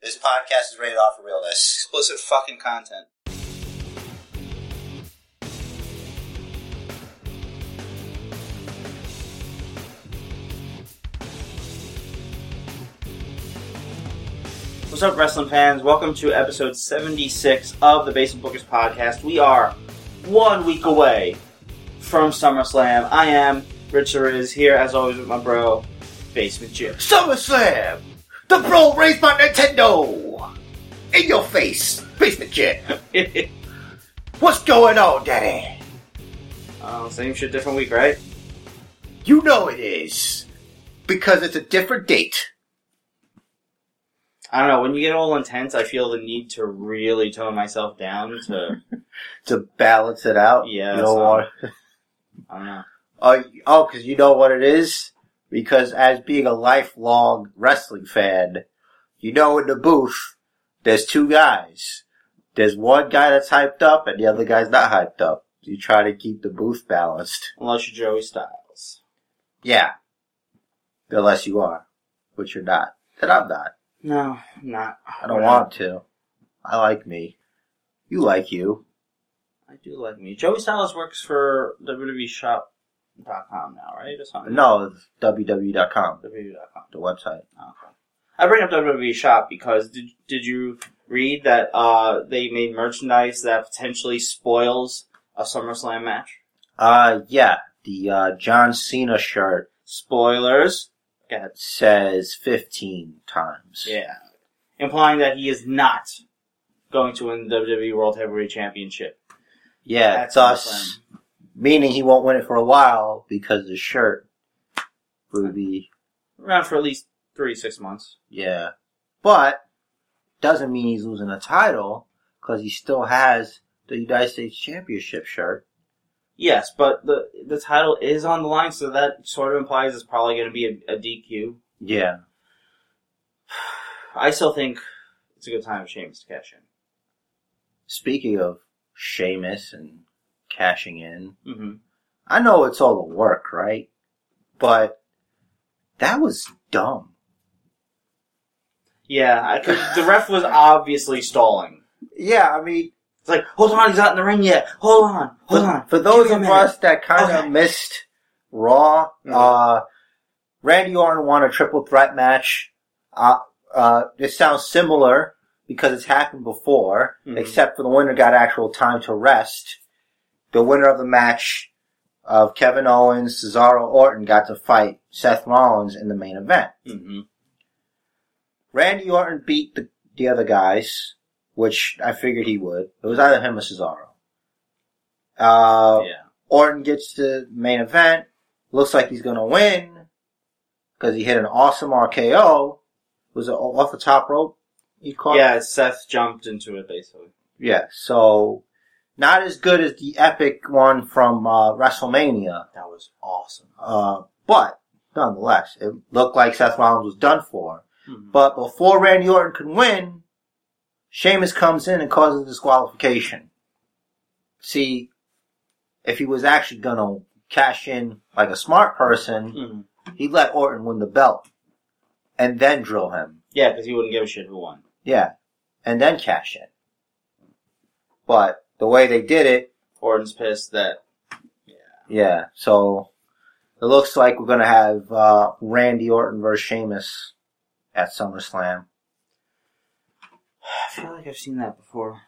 This podcast is rated off for realness. Explicit fucking content. What's up, wrestling fans? Welcome to episode 76 of the Basement Bookers podcast. We are one week away from SummerSlam. I am, Richard is here as always with my bro, Basement Jim. SummerSlam! The bro raised by Nintendo! In your face! Basement Jim! What's going on, Daddy? uh, same shit, different week, right? You know it is. Because it's a different date. I don't know, when you get all intense, I feel the need to really tone myself down to, To balance it out. Yeah, You that's don't not- want. I don't know. Oh, you- oh, because you know what it is? Because as being a lifelong wrestling fan, you know in the booth, there's two guys. There's one guy that's hyped up and the other guy's not hyped up. You try to keep the booth balanced. Unless you're Joey Styles. Yeah. Unless you are. Which you're not. And I'm not. No, I'm not. I don't want to. I like me. You like you. I do like me. Joey Styles works for E WWEshop.com now, right? Or something? E No, it's www.com, WWE.com. the website. Oh, Okay. I bring up WWE Shop because did, did you read that uh, they made merchandise that potentially spoils a SummerSlam match? Uh, yeah. The, uh, John Cena shirt Spoilers. Go ahead. says 15 times. Yeah. Implying that he is not going to win the WWE World Heavyweight Championship. Yeah, That's thus meaning he won't win it for a while because the shirt would be, Around for at least three, six months. yeah. But doesn't mean he's losing a title because he still has the United States Championship shirt. Yes, but the the title is on the line, so that sort of implies it's probably going to be a, a DQ. Yeah. I still think it's a good time for Sheamus to cash in. Speaking of Sheamus and cashing in, Mm-hmm. I know it's all the work, right? But that was dumb. Yeah, I could, the ref was obviously stalling. Yeah, I mean, It's like, hold on, he's not in the ring yet. Hold on, hold for, on. for those Give me a of minute. us that kind of Okay. missed Raw, uh, Randy Orton won a triple threat match. Uh, uh, this sounds similar because it's happened before, Mhm. except for the winner got actual time to rest. The winner of the match of Kevin Owens, Cesaro Orton got to fight Seth Rollins in the main event. Mm-hmm. Randy Orton beat the, the other guys, which I figured he would. It was either him or Cesaro. Uh, yeah. Orton gets to main event. Looks like he's gonna win because he hit an awesome RKO. Was it off the top rope? You caught. Yeah, Seth jumped into it basically. Yeah. So not as good as the epic one from uh, WrestleMania, That was awesome. uh, but nonetheless, it looked like Seth Rollins was done for. Mhm. But before Randy Orton could win, Sheamus comes in and causes disqualification. See, if he was actually gonna cash in like a smart person, Mhm. he let Orton win the belt and then drill him. Yeah, because he wouldn't give a shit who won. Yeah. And then cash in. But the way they did it, Orton's pissed that yeah, so it looks like we're gonna have uh, Randy Orton versus Sheamus at SummerSlam. I feel like I've seen that before.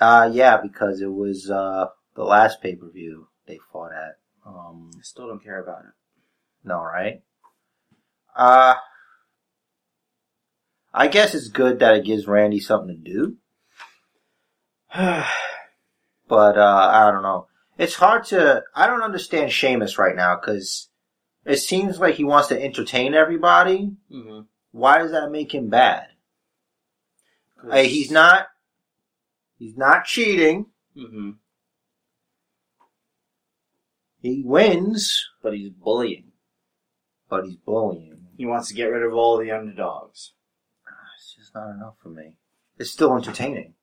Uh, yeah, because it was uh, the last pay per view they fought at. Um, I still don't care about it. no, right? Uh, I guess it's good that it gives Randy something to do, but uh, I don't know. It's hard to. I don't understand Sheamus right now because it seems like he wants to entertain everybody. mm-hmm. Why does that make him bad? Hey, he's not. He's not cheating. Mm-hmm. He wins, But he's bullying. but he's bullying. He wants to get rid of all the underdogs. It's just not enough for me. It's still entertaining.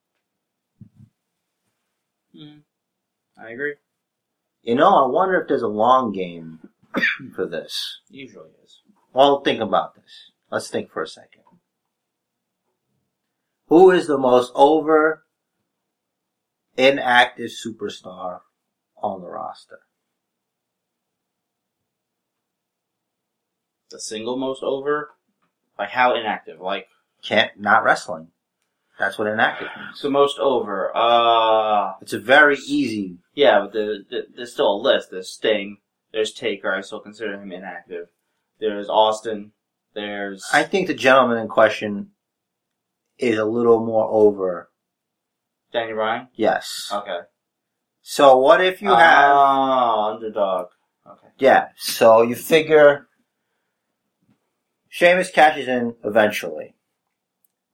Mm. I agree. You know, I wonder if there's a long game for this. Usually is. Well, think about this. Let's think for a second. Who is the most over inactive superstar on the roster? The single most over? Like how inactive? Like Can't not wrestling. That's what inactive means. the most over. Uh It's a very easy. yeah, but the, the, there's still a list. There's Sting. There's Taker. I still consider him inactive. There's Austin. There's I think the gentleman in question is a little more over. Danny Ryan. Yes. Okay. So what if Uh, you have? Ah, underdog. Okay. Yeah. So you figure Sheamus cashes in eventually.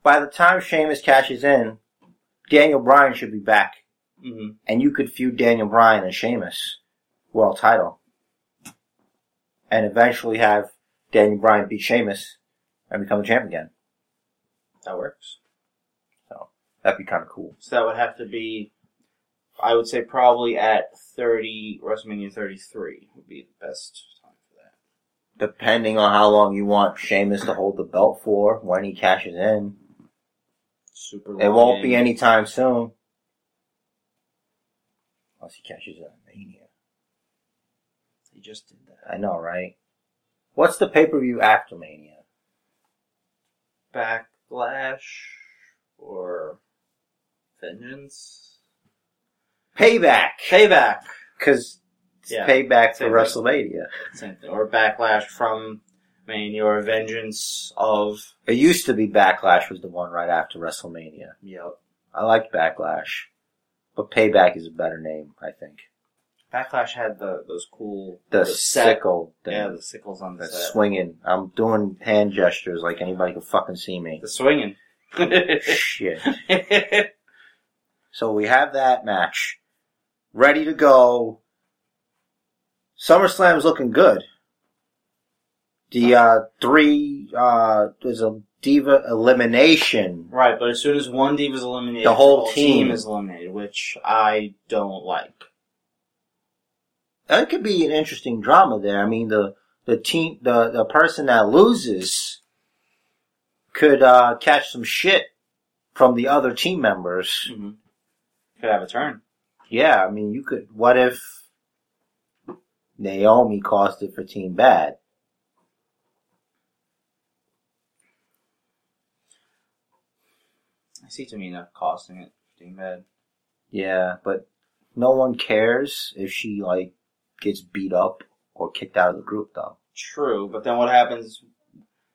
By the time Sheamus cashes in, Daniel Bryan should be back, hmm and you could feud Daniel Bryan and Sheamus world title, and eventually have Daniel Bryan beat Sheamus and become a champ again. That works. That'd be kind of cool. So that would have to be, I would say, probably at 30, WrestleMania 33 would be the best time for that. Depending on how long you want Sheamus to hold the belt for when he cashes in, Super. it long won't be game. anytime soon. Unless he catches it at Mania. He just did that. I know, right? What's the pay per view after Mania? Backlash or Vengeance? Payback! Payback. Because it's Yeah, payback for same thing. WrestleMania. Same thing. Or Backlash from Mania or Vengeance of. It used to be Backlash was the one right after WrestleMania. Yep. I liked Backlash. But Payback is a better name, I think. Backlash had the those cool The, set. sickle thing. Yeah, the sickles on the That's set. swinging. I'm doing hand gestures like anybody can fucking see me. the swinging. Shit. So we have that match ready to go. SummerSlam's looking good. The uh, three uh, there's a diva elimination. Right, but as soon as one diva is eliminated, The whole team. is eliminated, which I don't like. That could be an interesting drama there. I mean the the team the, the person that loses could uh, catch some shit from the other team members. Mm-hmm. Could have a turn. Yeah, I mean, you could. What if Naomi cost it for Team Bad? I see Tamina costing it. Being bad. Yeah, but no one cares if she like gets beat up or kicked out of the group, though. True, but then what happens?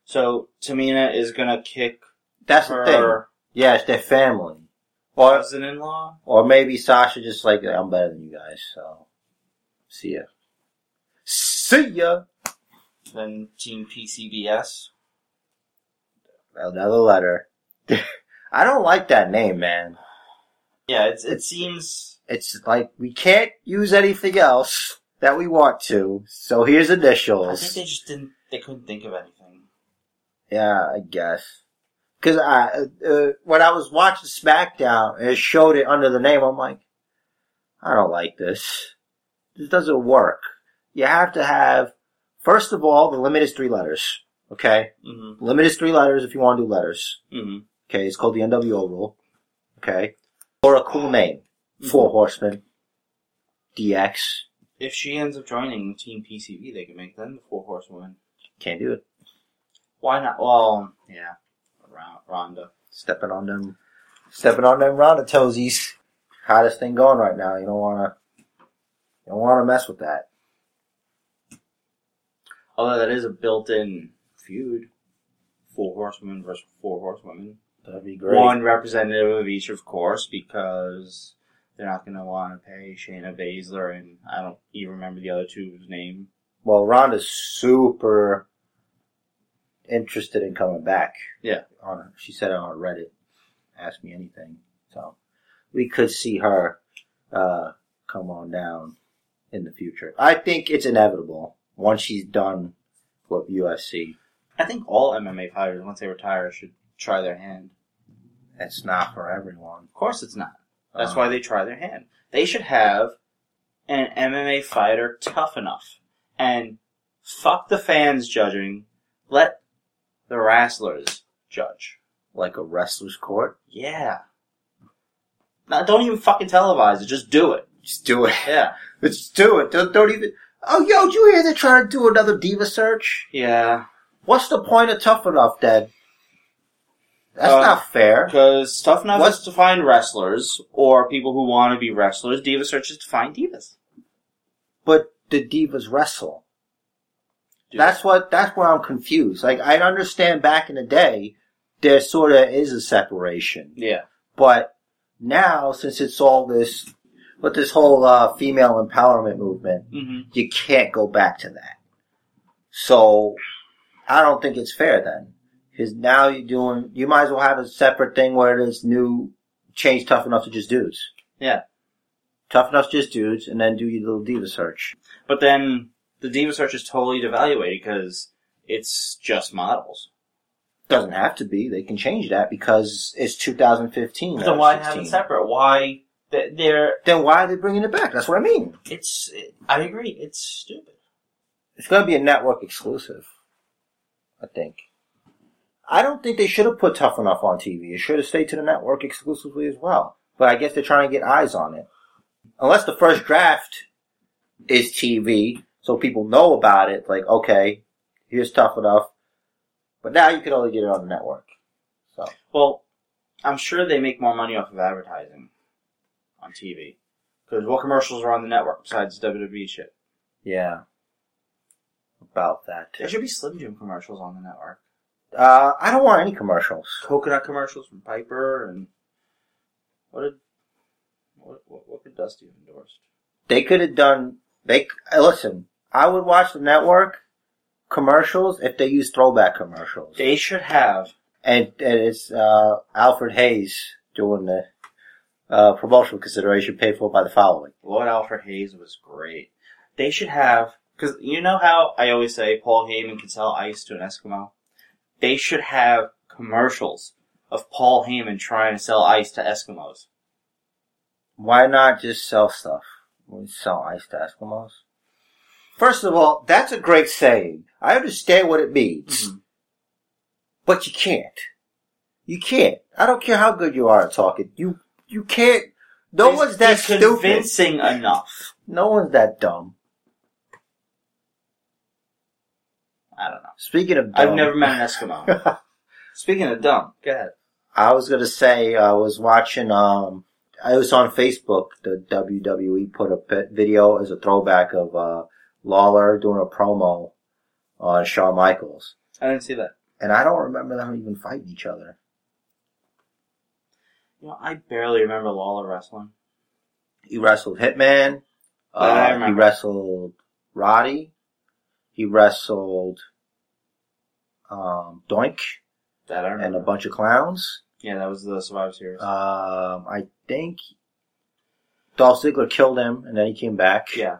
So Tamina is gonna kick That's the thing. her Yeah, it's their family, or cousin-in-law. or maybe Sasha just like I'm better than you guys, so see ya. See ya. Then Team PCBS. Another letter. I don't like that name, man. Yeah, it's, it seems It's like we can't use anything else that we want to, so here's I initials. think they just didn't. They couldn't think of anything. Yeah, I guess. Cause I, uh, uh, when I was watching SmackDown, it showed it under the name. I'm like, I don't like this. This doesn't work. You have to have, first of all, the limit is three letters. Okay? Mm-hmm. Limit is three letters if you want to do letters. Mm-hmm. Okay? It's called the NWO rule. Okay? Or a cool name. Four Horsemen. DX. If she ends up joining Team PCB, they can make them the Four Horsewomen. Can't do it. Why not? Well, yeah, Ron- Ronda. Stepping on them, stepping on them Ronda toesies. Hottest thing going right now. You don't wanna, you don't wanna mess with that. Although that is a built-in feud. Four horsemen versus four horsewomen. That'd be great. One representative of each, of course, because they're not going to want to pay Shayna Baszler and I don't even remember the other two's name. Well, Ronda's super interested in coming back. Yeah. On her, she said it on Reddit. Ask me anything. So we could see her uh, come on down in the future. I think it's inevitable once she's done with UFC. I think all MMA fighters, once they retire, should try their hand. It's not for everyone. Of course, it's not. That's Um, why they try their hand. They should have an MMA fighter tough enough and fuck the fans judging. Let the wrestlers judge. Like a wrestler's court. Yeah. No, don't even fucking televise it. Just do it. Just do it. Yeah. Just do it. Don't, don't even. Oh, yo, did you hear they're trying to do another Diva search? Yeah. What's the point of Tough Enough then? That's Uh, not fair. Because tough enough What- is to find wrestlers or people who want to be wrestlers. Diva search is to find divas. But the Divas wrestle. Dude. That's what, that's where I'm confused. Like, I understand back in the day, there sort of is a separation. Yeah. But now, since it's all this, with this whole uh, female empowerment movement, hmm you can't go back to that. So, I don't think it's fair then. Because now you're doing, you might as well have a separate thing where there's new, change tough enough to just dudes. Yeah. Tough enough to just dudes, and then do your little diva search. But then the diva search is totally devaluated because it's just models. Doesn't have to be. They can change that because it's 2015. Then not why 16. have it separate? Why th- they're Then why are they bringing it back? That's what I mean. it's I agree it's stupid. It's going to be a network exclusive, I think. I don't think they should have put Tough Enough on TV. It should have stayed to the network exclusively as well. But I guess they're trying to get eyes on it. Unless the first draft is TV, so people know about it. Like, okay, here's Tough Enough. But now you can only get it on the network. So Well, I'm sure they make more money off of advertising on TV because what commercials are on the network besides WWE shit? yeah, about that. There should be Slim Jim commercials on the network. Uh, I don't want any commercials. coconut commercials from Piper and what did what what, what did Dusty endorse? They could have done. They c- uh, listen. I would watch the network commercials if they use throwback commercials. They should have And, and it's uh, Alfred Hayes doing the uh, promotional consideration paid for by the following. Lord Alfred Hayes was great. They should have because you know how I always say Paul Heyman can sell ice to an Eskimo. They should have commercials of Paul Heyman trying to sell ice to Eskimos. Why not just sell stuff? We sell ice to Eskimos. First of all, that's a great saying. I understand what it Mm-hmm. means, but you can't. You can't. I don't care how good you are at talking. You you can't. No It's- one's that it's stupid. convincing enough. No one's that dumb. I don't know. Speaking of dumb, I've never met an Eskimo. Speaking of dumb, go ahead. I was gonna say I was watching. Um, I was on Facebook. The WWE put a pit video as a throwback of uh, Lawler doing a promo on Shawn Michaels, I didn't see that. and I don't remember them even fighting each other. You know, I barely remember Lawler wrestling. He wrestled Hitman. Yeah, I Uh, he remember. wrestled Roddy. He wrestled um, Doink That I and remember. a bunch of clowns. yeah, that was the Survivor Series. Um, I think Dolph Ziggler killed him, and then he came back. yeah.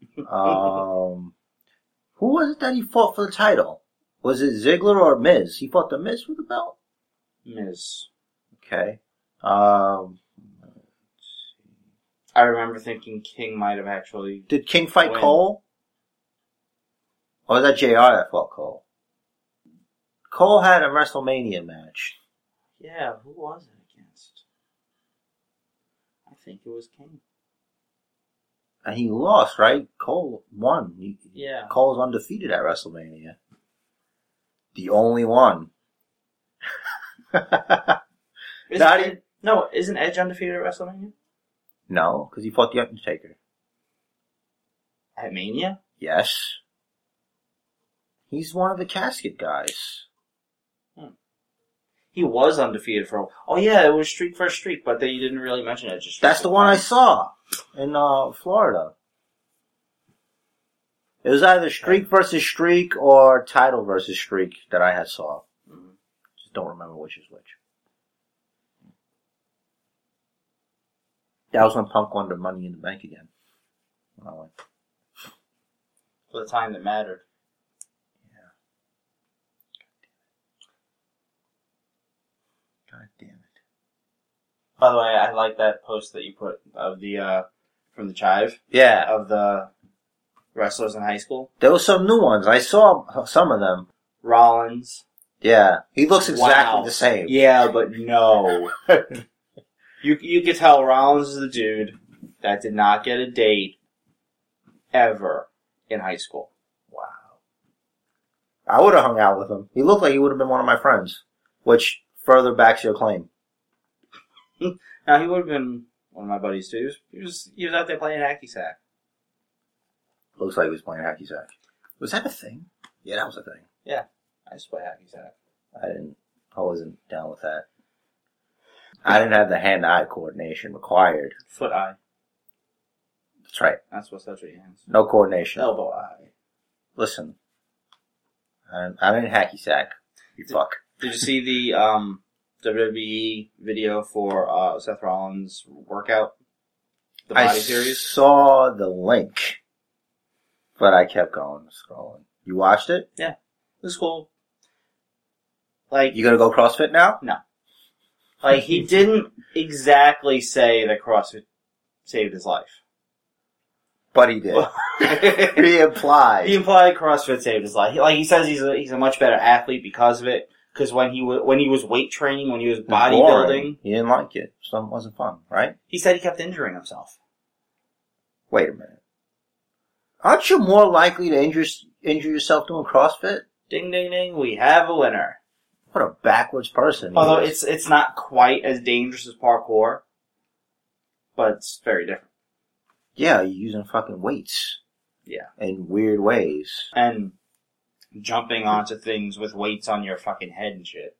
Um, who was it that he fought for the title? Was it Ziggler or Miz? He fought the Miz with the belt. Miz. Okay. Um, I remember thinking King might have actually. did King fight When? Cole? Or was that Jr. that fought Cole? Cole had a WrestleMania match. Yeah, who was it against? I think it was King. And he lost, right? Cole won. He, Yeah. Cole's undefeated at WrestleMania. The only one. Isn't Not e- Ed- even- no, isn't Edge undefeated at WrestleMania? no, because he fought The Undertaker. At Mania? Yes. He's one of the casket guys. He was undefeated for. Oh yeah, it was streak for streak, but they didn't really mention Edge's streak. That's the one I saw in uh, Florida. It was either streak versus streak or title versus streak that I had saw. Mhm. Just don't remember which is which. That was when Punk won the Money in the Bank again. When I went, for the time that mattered. God damn it! By the way, I like that post that you put of the uh from the Chive Yeah, of the wrestlers in high school. there was some new ones. I saw some of them. Rollins, Yeah. He looks exactly Wow. the same. Yeah, but no. you you could tell Rollins is the dude that did not get a date ever in high school. Wow. I would have hung out with him. He looked like he would have been one of my friends, which further backs your claim. Now he would have been one of my buddies too. He was he was, he was out there playing hacky sack. Looks like he was playing hacky sack. Was that a thing? Yeah, that was a thing. I used to play hacky sack. I didn't. I wasn't down with that. I didn't have the hand-eye coordination required. Foot eye. That's right. That's what's that's what your hands. No coordination. Elbow eye. Listen. I didn't, I didn't hacky sack. You fuck. Did you see the um, WWE video for uh, Seth Rollins workout? The body I series. saw the link, but I kept going scrolling. You watched it? It was cool. Like You gonna go CrossFit now? Like he didn't exactly say that CrossFit saved his life. But he did. he he implied. implied CrossFit saved his life. Like he says, he's a, he's a much better athlete because of it. Because when he was when he was weight training, when he was bodybuilding, Boring. He didn't like it. So it wasn't fun, right? he said he kept injuring himself. Wait a minute. Aren't you more likely to injure, injure yourself doing CrossFit? Ding ding ding! We have a winner. What a backwards person. he Although is. it's it's not quite as dangerous as parkour, but it's very different. Yeah, you're using fucking weights. Yeah. In weird ways. And jumping onto things with weights on your fucking head and shit.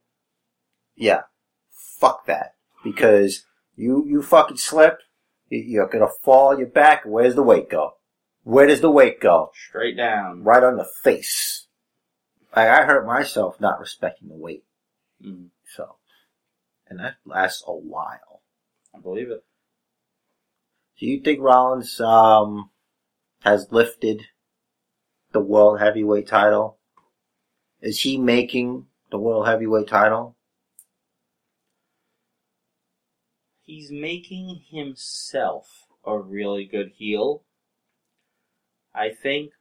Yeah. Fuck that. Because you, you fucking slip, y- you're gonna fall on your back, where's the weight go? Where does the weight go? Straight down. Right on the face. Like, I hurt myself not respecting the weight, Mm, so. And that lasts a while. I believe it. Do you think Rollins, um, has lifted the world heavyweight title? Is he making the world heavyweight title? he's making himself a really good heel. I think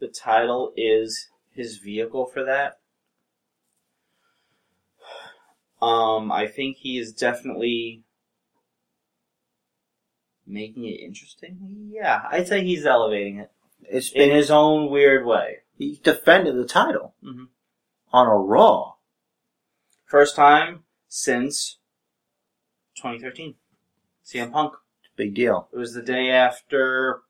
the title is his vehicle for that. Um, I think he is definitely making it interesting. Yeah, I'd say he's elevating it It's in been his own weird way. he defended the title Mhm. on a Raw. First time since 2013. CM Punk. Big deal, It was the day after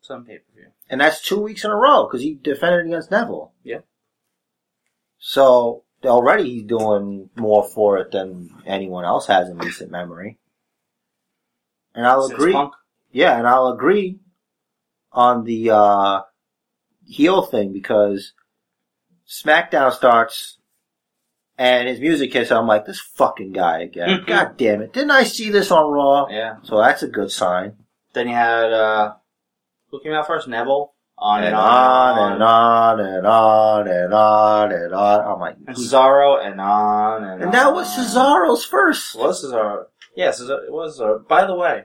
some pay per view. and that's two weeks in a row because he defended against Neville. Yeah. So already he's doing more for it than anyone else has in recent memory. And I'll Since agree. Punk. Yeah, and I'll agree on the uh, heel thing because SmackDown starts and his music hits. And I'm like, this fucking guy again. Mhm. God damn it! Didn't I see this on Raw? Yeah. So that's a good sign. Then you had uh who came out first? Neville. On And, on and on and on and on and on. I'm like, And Cesaro and on and and that on. was Cesaro's first. Was Cesaro? Yeah, Cesaro it was Cesaro. By the way,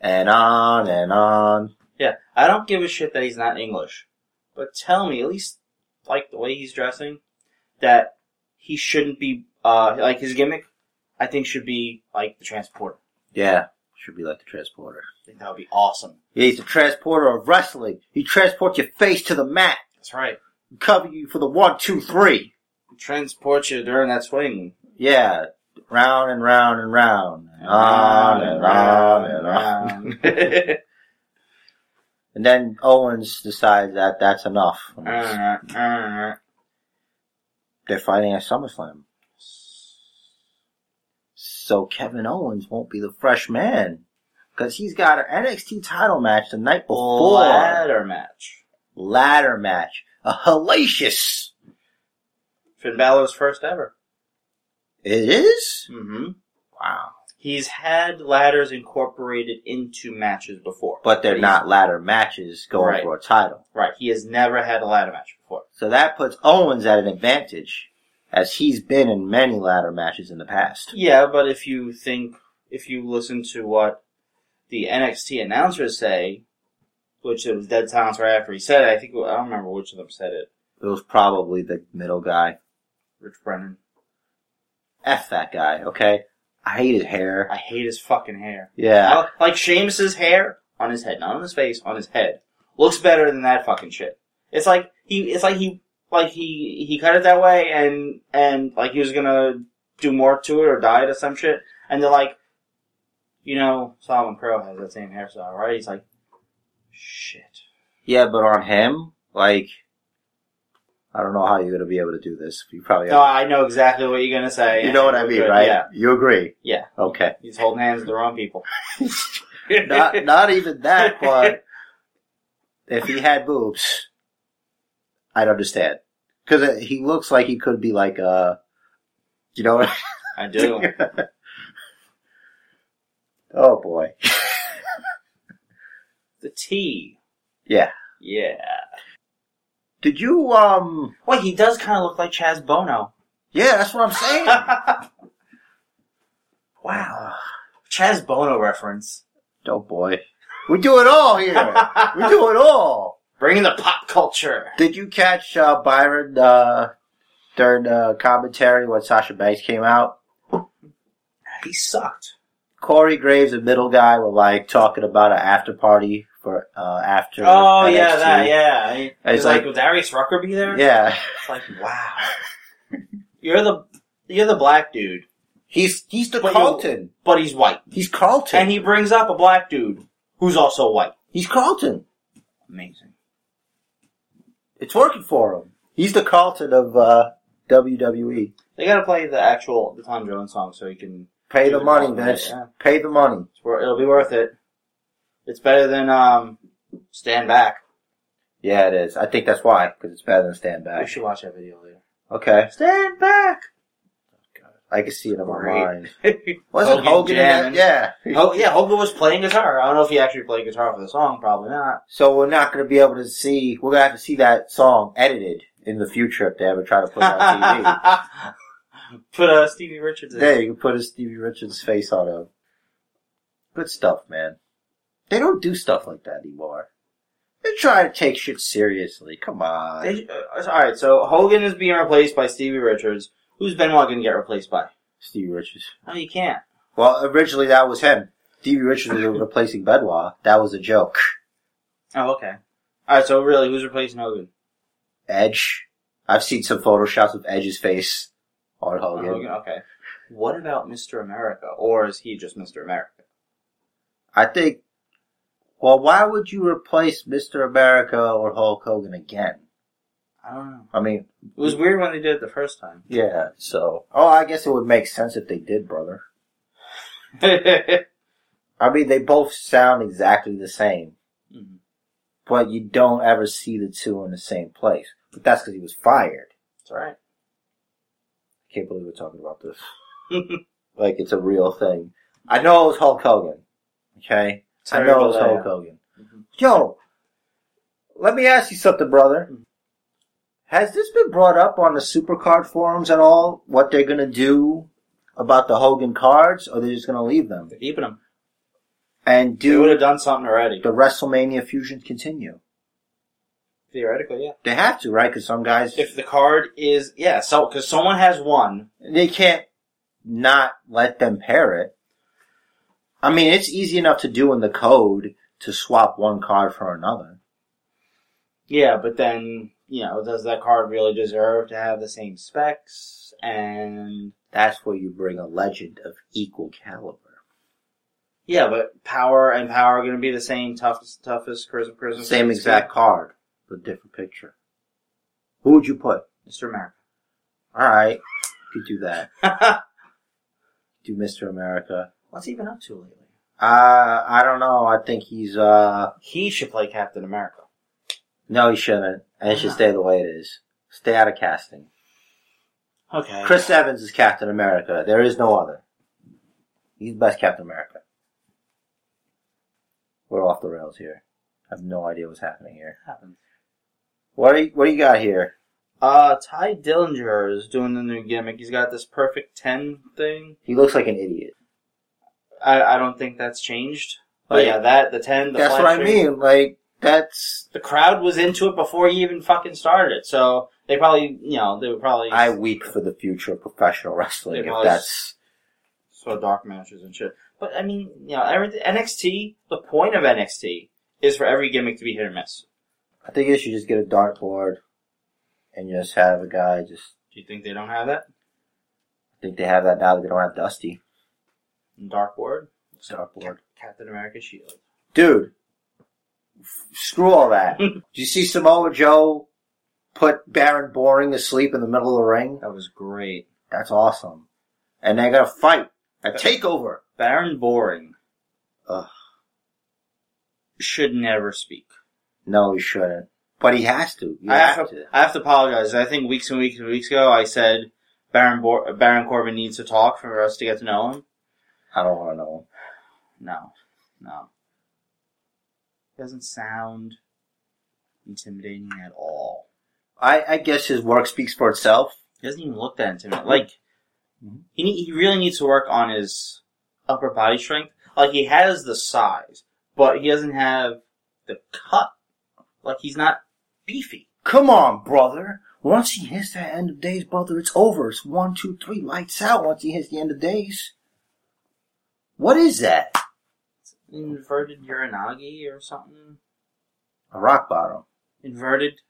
And on and on. yeah, I don't give a shit that he's not English, but tell me at least like the way he's dressing that he shouldn't be uh like his gimmick. I think should be like the transporter. Yeah, should be like the transporter. I think that would be awesome. He's the transporter of wrestling. He transports your face to the mat, That's right. cover you for the one, two, three. Transport you during that swing. Yeah, round and round and round. And on and on and on. And then Owens decides that that's enough. Ah. They're fighting at SummerSlam. So Kevin Owens won't be the fresh man. Because he's got an NXT title match the night before. Ladder match. Ladder match. A hellacious. Finn Balor's first ever. It is? Mm-hmm. Wow. He's had ladders incorporated into matches before, But they're he's- not ladder matches going Right. for a title. right. He has never had a ladder match before. So that puts Owens at an advantage, as he's been in many ladder matches in the past. Yeah, but if you think, if you listen to what the NXT announcers say, which it was dead silence right after he said it, I think I don't remember which of them said it. It was probably the middle guy. Rich Brennan. F that guy, okay? I hate his hair. I hate his fucking hair. Yeah. I- Like Seamus's hair on his head, not on his face, on his head. Looks better than that fucking shit. It's like he it's like he like he he cut it that way and and like he was gonna do more to it or die to some shit. And they're like you know, Solomon Crow has that same hairstyle, right? He's like shit. Yeah, but on him, like, I don't know how you're gonna be able to do this. You probably, No, I know exactly what you're gonna say. you know what I mean, Good, right? Yeah. You agree? Yeah. Okay. He's holding hands with the wrong people. Not, not even that, but if he had boobs, I'd understand. Cause he looks like he could be like a, you know what I do. Oh boy. The T. Yeah. Yeah. Did you, um, Wait, he does kind of look like Chaz Bono. yeah, that's what I'm saying. wow. Chaz Bono reference. oh boy. We do it all here. we do it all. Bringing the pop culture. Did you catch uh, Byron uh, during the commentary when Sasha Banks came out? He sucked. Corey Graves and Middle Guy were like talking about an after party for uh, after. Oh, yeah, NXT. that, yeah. He- he was like, like- will Darius Rucker be there? Yeah, It's like, wow. You're the, you're the black dude, he's he's the But you- Carlton. but he's white. He's Carlton. And he brings up a black dude who's also white. he's Carlton. Amazing. It's working for him. He's the Carlton of uh, E. WWE. They gotta play the actual, the Tom Jones song so he can Pay the He's money, Carlton, Vince. yeah. Pay the money. It's wor- it'll be worth it. It's better than um, Stand Back. Yeah, it is. I think that's why because it's better than stand We back. should watch that video later. Okay, Stand Back. I can see it in my Great. mind. Wasn't Hogan Hogan? in that? jamming. Yeah. oh yeah, Hogan was playing guitar. I don't know if he actually played guitar for the song. Probably not. So we're not going to be able to see. We're going to have to see that song edited in the future if they ever try to put it uh, on TV. Put uh, Stevie Richards in. There, you can put a Stevie Richards face on it. Good stuff, man. They don't do stuff like that anymore. They try to take shit seriously. Come on. They- uh, all right, so Hogan is being replaced by Stevie Richards. Who's Benoit going to get replaced by? Stevie Richards. No, you can't. Well, originally that was him. Stevie Richards was replacing Benoit. That was a joke. Oh, okay. All right, so really, who's replacing Hogan? Edge. I've seen some photoshops of Edge's face on Oh, Hogan. Hogan. Okay. What about Mr. America, or is he just Mr. America? I think. Well, why would you replace Mr. America or Hulk Hogan again? I don't know. I mean, It was weird when they did it the first time. yeah. So, oh, I guess it would make sense if they did, brother. Mhm. I mean, they both sound exactly the same, but you don't ever see the two in the same place. But that's because he was fired. It's alright. I can't believe we're talking about this. Like it's a real thing. I know it was Hulk Hogan. Okay, I know it was Hulk Hogan. Mhm. Yo, let me ask you something, brother. Mhm. Has this been brought up on the Supercard forums at all? What they're gonna do about the Hogan cards, or they're just gonna leave them They're keeping him. and They would do have done something already. the WrestleMania fusions continue? Theoretically, yeah. They have to, right? Because some guys If the card is yeah, so because someone has one, they can't not let them pair it. I mean, it's easy enough to do in the code to swap one card for another. yeah, but then you know, does that card really deserve to have the same specs? And That's where you bring a legend of equal caliber. yeah, but power and power are going to be the same toughest, toughest charisma, charisma. Same charisma, exact card, but different picture. Who would you put? Mr. America. All right, you could do that. Do Mister America. What's he been up to lately? Uh, I don't know. I think he's uh He should play Captain America. no, he shouldn't. And it should stay the way it is. Stay out of casting. Okay. Chris Evans is Captain America. There is no other. He's the best Captain America. We're off the rails here. I have no idea what's happening here. happens. What do you, what do you got here? Uh, Ty Dillinger is doing the new gimmick. He's got this perfect 10 thing. He looks like an idiot. I, I don't think that's changed. But Like, yeah, that, the 10, the That's flat what I string. mean. Like that's The crowd was into it before he even fucking started it. So They probably, you know, they were probably I weep for the future of professional wrestling. It If was- that's so dark matches and shit. But I mean, you know, everything, NXT. The point of NXT is for every gimmick to be hit or miss. I think you should just get a dartboard and just have a guy just. Do you think they don't have that I think they have that now that they don't have Dusty. dartboard? Dartboard. Captain America Shield. Dude, f- screw all that. Did you see Samoa Joe put Baron Boring to sleep in the middle of the ring? That was great. That's awesome. And they're gonna fight a takeover. Baron Boring Ugh. should never speak. No, he shouldn't. But he has to. You I have, have, to. I have to apologize. I think weeks and weeks and weeks ago, I said Baron Bor- Baron Corbin needs to talk for us to get to know him. I don't want to know him. No, no, doesn't sound intimidating at all. I, I guess his work speaks for itself. He doesn't even look that intimidating. Like he need, he really needs to work on his upper body strength. Like he has the size, but he doesn't have the cut. Like he's not beefy. Come on, brother. Once he hits that end of days, brother, it's over. It's one, two, three, lights out once he hits the end of days. What is that? Inverted Uranagi or something. A rock bottom. Inverted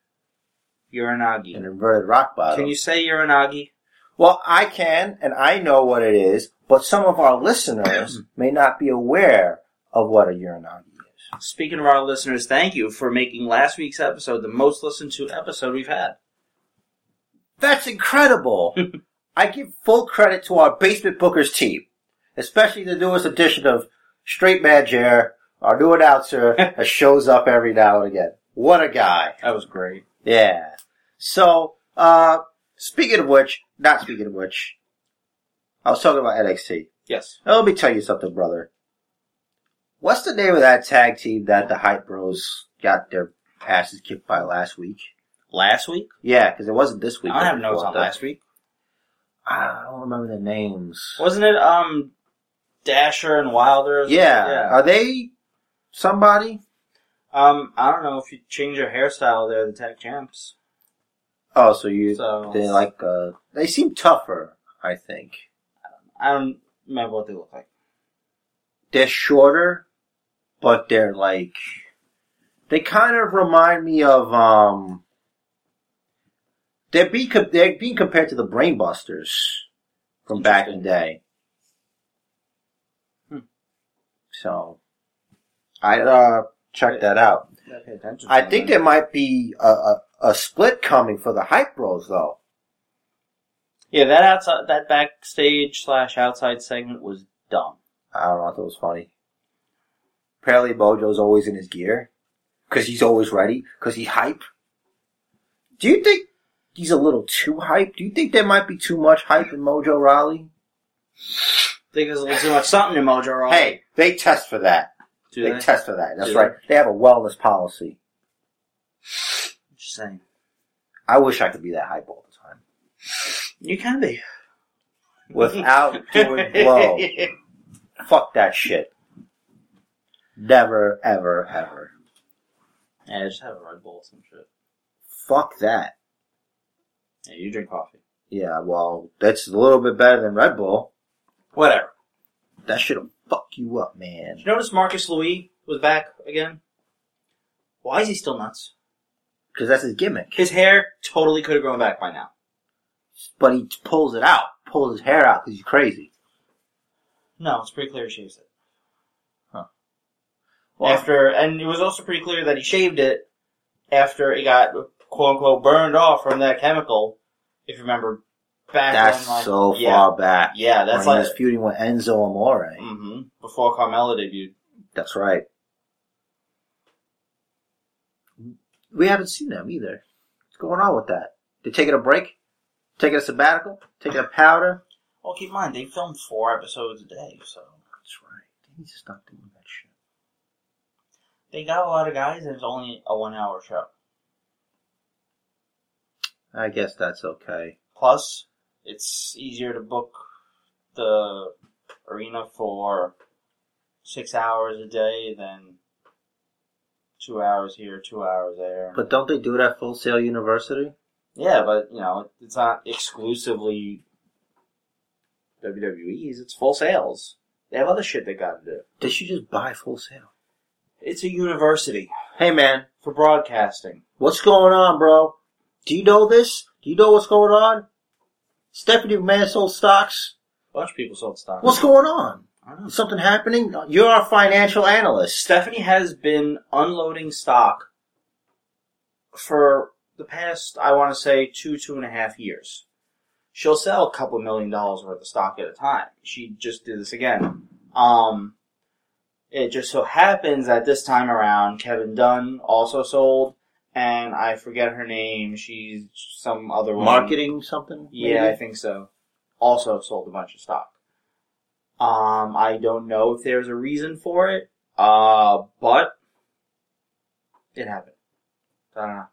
Uranagi. An inverted rock bottom. Can you say Uranagi? well, I can, and I know what it is, but some of our listeners may not be aware of what a urinagi is. Speaking of our listeners, thank you for making last week's episode the most listened to episode we've had. That's incredible. I give full credit to our Basement Bookers team, especially the newest edition of Straight Man Jer, our new announcer that shows up every now and again. What a guy. That was great. Yeah. So, uh, speaking of which, not speaking of which, I was talking about NXT. Yes. Now, let me tell you something, brother. What's the name of that tag team that the Hype Bros got their asses kicked by last week? Last week? Yeah, because it wasn't this week. I don't but have notes before on that. last week. I don't remember the names. Wasn't it um Dasher and Wilder? or something? Yeah. Are they somebody? Um, I don't know if you change your hairstyle, they're the tech champs. Oh, so you, So- they like, uh, they seem tougher, I think. I don't remember what they look like. they're shorter, but they're like they kind of remind me of um they're being com- they're being compared to the Brainbusters from back in the day. Hmm. So I uh check that out. I think there might be a, a a split coming for the Hype Bros though. yeah, that outside, that backstage slash outside segment was dumb. I don't know if that was funny. Apparently Mojo's always in his gear. Cause he's always ready. Cause he hype. Do you think he's a little too hype? Do you think there might be too much hype in Mojo Raleigh? I think there's a little too much something in Mojo Rawley. Hey, they test for that. Do they, they? test for that. That's Do right. They have a wellness policy. Just saying. I wish I could be that hype all the time. You can be. Without doing blow. Fuck that shit. Never, ever, ever. Yeah, just have a Red Bull or some shit. Fuck that. Yeah, you drink coffee. Yeah, well, that's a little bit better than Red Bull. Whatever. That shit'll fuck you up, man. Did you notice Marcus Louis was back again? Why is he still nuts? Because that's his gimmick. His hair totally could have grown back by now. But he pulls it out, pulls his hair out because he's crazy. No, it's pretty clear he shaves it. Well, after, and it was also pretty clear that he shaved it after it got quote unquote burned off from that chemical. If you remember back that's when, like, so yeah, far back. Yeah, that's when like he was feuding with Enzo Amore. hmm before Carmella debuted. That's right. We haven't seen them either. What's going on with that? They're taking a break, taking a sabbatical, taking a powder. Well, keep in mind they filmed four episodes a day, so That's right. They need to stop doing that shit. they got a lot of guys, and it's only a one-hour show. I guess that's okay. Plus, it's easier to book the arena for six hours a day than two hours here, two hours there. But don't they do it at Full Sail University? Yeah, but you know, it's not exclusively WWE's. It's Full Sales. They have other shit they got to do. Did she just buy Full Sail? It's a university Hey man, for broadcasting. what's going on, bro? Do you know this? Do you know what's going on? Stephanie McMahon sold stocks. A bunch of people sold stocks. What's going on? I don't know. Is something happening? You're our financial analyst. Stephanie has been unloading stock for the past, I want to say, two, two and a half years. She'll sell a couple million dollars worth of stock at a time. She just did this again. Um, it just so happens that this time around, Kevin Dunn also sold, and I forget her name. She's some other woman. Marketing something? maybe? Yeah, I think so. Also sold a bunch of stock. Um, I don't know if there's a reason for it, uh, but it happened. I don't know.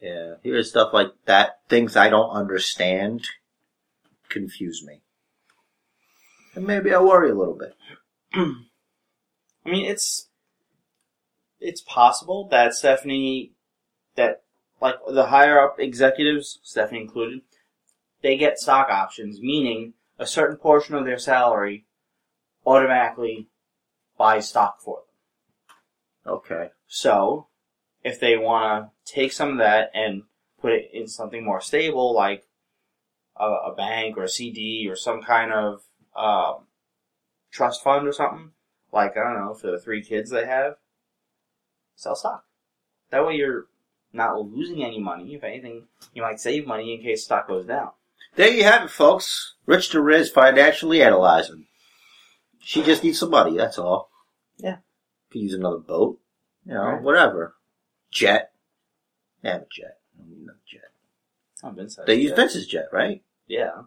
Yeah. Here's stuff like that. Things I don't understand confuse me. And maybe I worry a little bit. I mean, it's it's possible that Stephanie, that like the higher up executives, Stephanie included, they get stock options, meaning a certain portion of their salary automatically buys stock for them. Okay. So, if they want to take some of that and put it in something more stable, like a, a bank or a CD or some kind of um, trust fund or something, like, I don't know, for the three kids they have, sell stock. That way you're not losing any money. If anything, you might save money in case stock goes down. There you have it, folks. Rich DeRiz financially analyzing. She just needs some money, that's all. Yeah. Could use another boat. You know, Right. whatever. Jet. They have a jet. I don't need another jet. I've been said They use that. Vince's jet, right? Yeah.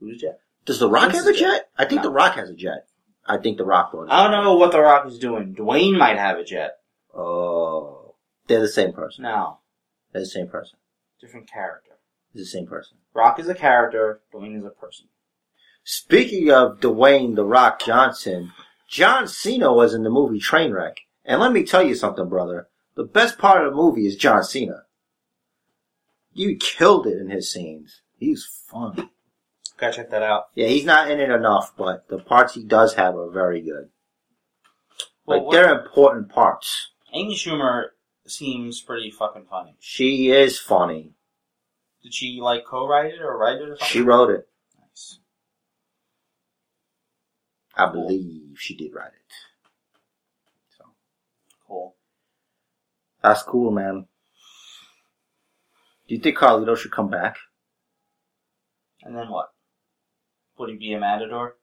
Who's Jeff? Does The Rock Vince's have a jet. jet? I think No. The Rock has a jet. I think The Rock bought it. I don't know what The Rock is doing. Dwayne might have it yet. Oh. They're the same person. No. They're the same person. Different character. They're the same person. Rock is a character, Dwayne is a person. Speaking of Dwayne The Rock Johnson, John Cena was in the movie Trainwreck. And let me tell you something, brother. The best part of the movie is John Cena. You killed it in his scenes. He's fun. Gotta check that out. Yeah, he's not in it enough, but the parts he does have are very good. Well, Like, they're important parts. Amy Schumer seems pretty fucking funny. She is funny. Did she like co-write it or write it or something? She wrote it. nice. I believe she did write it. So, Cool. that's cool, man. Do you think Carlito should come back? And then what? Would he be a matador?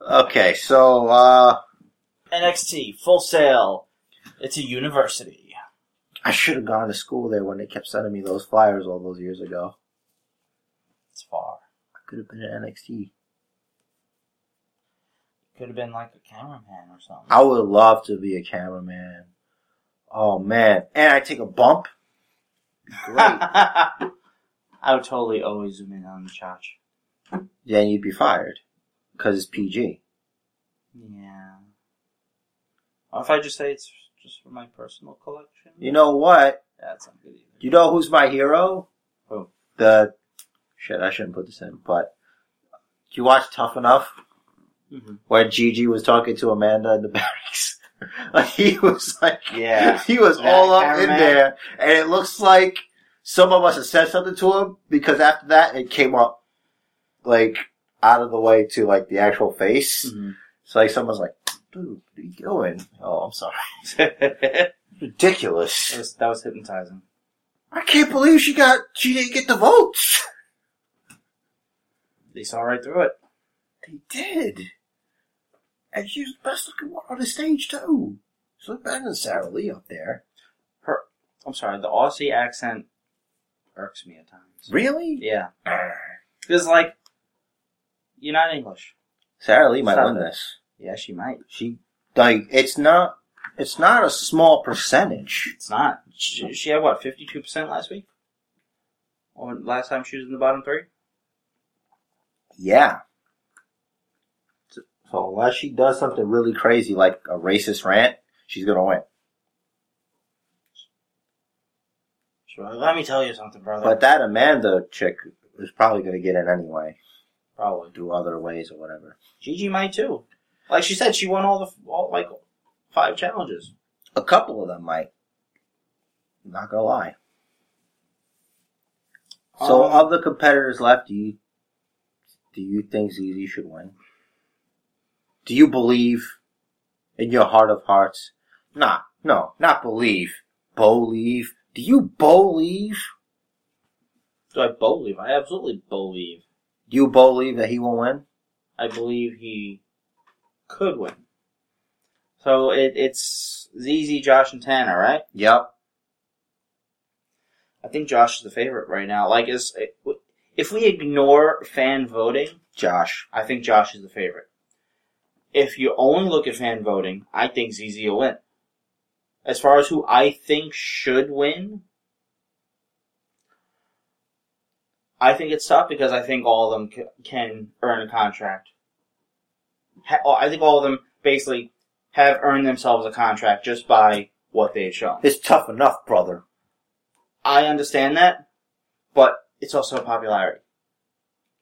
Okay, so uh NXT Full Sail. It's a university. I should have gone to school there when they kept sending me those flyers all those years ago. It's far. I could have been at NXT. Could have been like a cameraman or something. I would love to be a cameraman. Oh man, and I take a bump. Great. I would totally always zoom in on the chach. then you'd be fired because it's PG. Yeah. Or if I just say it's just for my personal collection, You know what? that's not good either. You know who's my hero? Who? The shit. I shouldn't put this in, but did you watch Tough Enough? Mm-hmm. where Gigi was talking to Amanda in the barracks. like he was like, Yeah. he was That all up in cameraman. there, and it looks like someone must have said something to him because after that it came up like out of the way to like the actual face. Hmm. So like someone's like, "Dude, what are you doing?" Oh, I'm sorry, that, ridiculous. was, that was hypnotizing. I can't believe she got she didn't get the votes. They saw right through it. They did. And she was the best looking one on the stage too. She looked better than Sarah Lee up there. Her, I'm sorry, the Aussie accent irks me at times. Really? Ah. Yeah, because like you're not English. Sarah Lee might Sarah. win this. Yeah, she might. She like it's not it's not a small percentage. It's not. She, she had what 52 percent last week, or last time she was in the bottom three. Yeah. So unless she does something really crazy like a racist rant, she's gonna win. She bro. Let me tell you something, brother. But that Amanda chick is probably going to get in anyway, Probably. do other ways or whatever. Gigi might too. Like she said, she won all the all, like five challenges. A couple of them might. Not gonna lie. So, Um, of the competitors left, do you do you think ZZ should win? Do you believe in your heart of hearts? Nah, no, not believe. Believe. Do you believe? do I believe? I absolutely believe. Do you believe that he will win? I believe he could win. So it, it's ZZ, Josh, and Tanner, right? Yep. I think Josh is the favorite right now. Like, is if we ignore fan voting, Josh. I think Josh is the favorite. If you only look at fan voting, I think ZZ will win. As far as who I think should win, I think it's tough because I think all of them c- can earn a contract. Ha- oh, I think all of them basically have earned themselves a contract just by what they've shown. It's tough enough, brother. I understand that, but it's also popularity.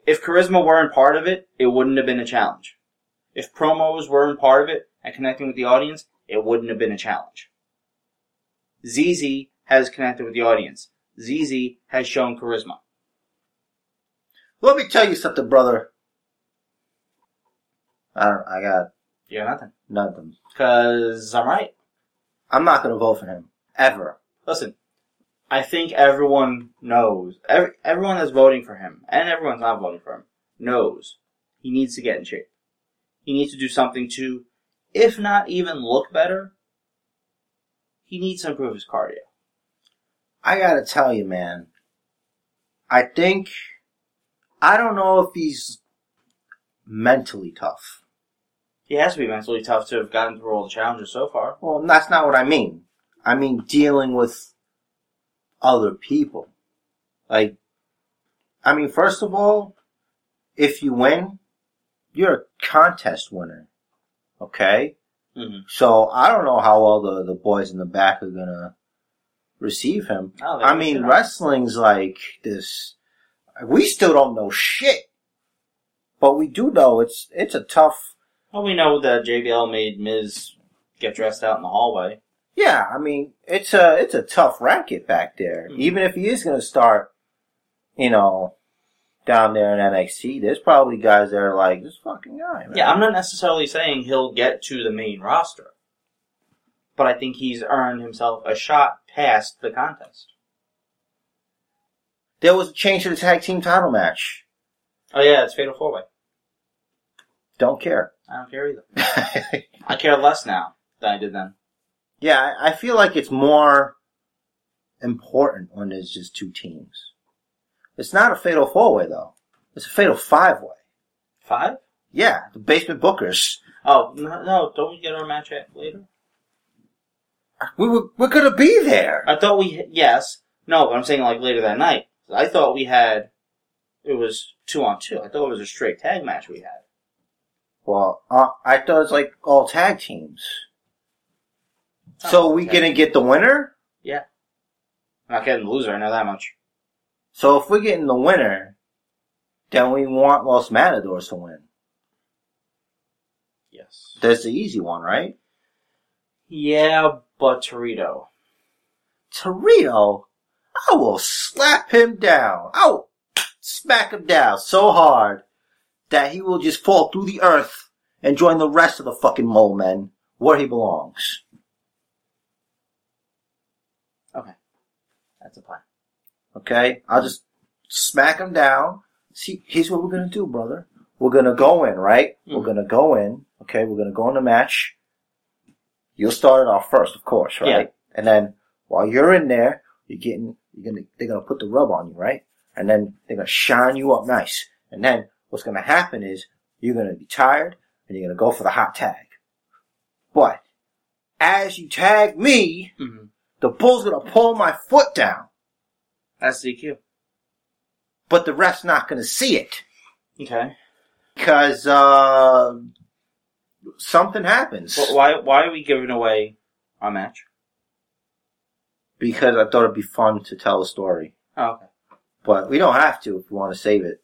If charisma weren't part of it, it wouldn't have been a challenge. If promos weren't part of it and connecting with the audience, it wouldn't have been a challenge. ZZ has connected with the audience. ZZ has shown charisma. Let me tell you something, brother. I don't, I got You got nothing. nothing. Cause I'm right. I'm not gonna vote for him. Ever. Listen, I think everyone knows, every, everyone that's voting for him, and everyone's not voting for him, knows he needs to get in shape. He needs to do something to, if not even look better, he needs to improve his cardio. I gotta tell you, man. I think I don't know if he's mentally tough. He has to be mentally tough to have gotten through all the challenges so far. Well, that's not what I mean. I mean dealing with other people. Like, I mean, first of all, if you win, you're a contest winner. Okay? Mm-hmm. So I don't know how well the, the boys in the back are gonna receive him. Oh, they I missed it mean, out. wrestling's like this. We still don't know shit, but we do know it's it's a tough. Well, we know that JBL made Miz get dressed out in the hallway. Yeah, I mean, it's a it's a tough racket back there. Mhm. Even if he is gonna start, you know, down there in NXT, there's probably guys that are like this fucking guy. Man. Yeah, I'm not necessarily saying he'll get to the main roster, but I think he's earned himself a shot past the contest. there was a change to the tag team title match. Oh yeah, it's Fatal Four Way. Don't care. I don't care either. I care less now than I did then. Yeah, I- I feel like it's more important when there's just two teams. It's not a fatal four way though. It's a fatal five way. Five? Yeah, the basement bookers. Oh no, no! Don't we get our match at later? We were we're gonna be there. I thought we yes. No, but I'm saying like later that night. I thought we had. It was two on two. I thought it was a straight tag match we had. Well, uh, I thought it was like all tag teams. So we Okay. gonna get the winner. I'm not getting the loser. I know that much. So if we're getting the winner, then we want Los Matadors to win. Yes. That's the easy one, right? Yeah, but Torito. Torito, I will slap him down. I will smack him down so hard that he will just fall through the earth and join the rest of the fucking mole men where he belongs. That's a plan. Okay? I'll just smack him down. See, here's what we're gonna do, brother. We're gonna go in, right? We're Mhm. gonna go in. Okay, we're gonna go in the match. You'll start it off first, of course, right? Yeah. And then while you're in there, you're getting you're gonna they're gonna put the rub on you, right? And then they're gonna shine you up nice. And then what's gonna happen is you're gonna be tired and you're gonna go for the hot tag. But as you tag me, Mm-hmm. the bull's gonna pull my foot down That's E DQ. but the ref's not going to see it Okay. because uh, something happens. Wh- why? Why are we giving away our match? because I thought it'd be fun to tell a story. Oh, okay. But we don't have to if we want to save it.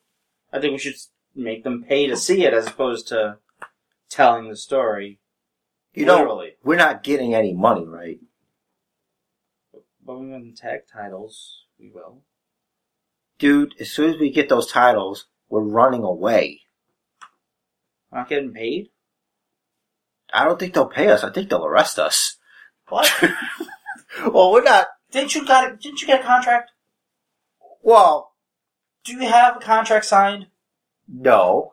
I think we should make them pay to see it as opposed to telling the story. You know, literally. we're not getting any money, right? But we want tag titles. We will. Dude, as soon as we get those titles, we're running away. We're not getting paid. I don't think they'll pay us. I think they'll arrest us. What? Well, we're not. didn't you got? A, didn't you get a contract? Well, Do you have a contract signed? No,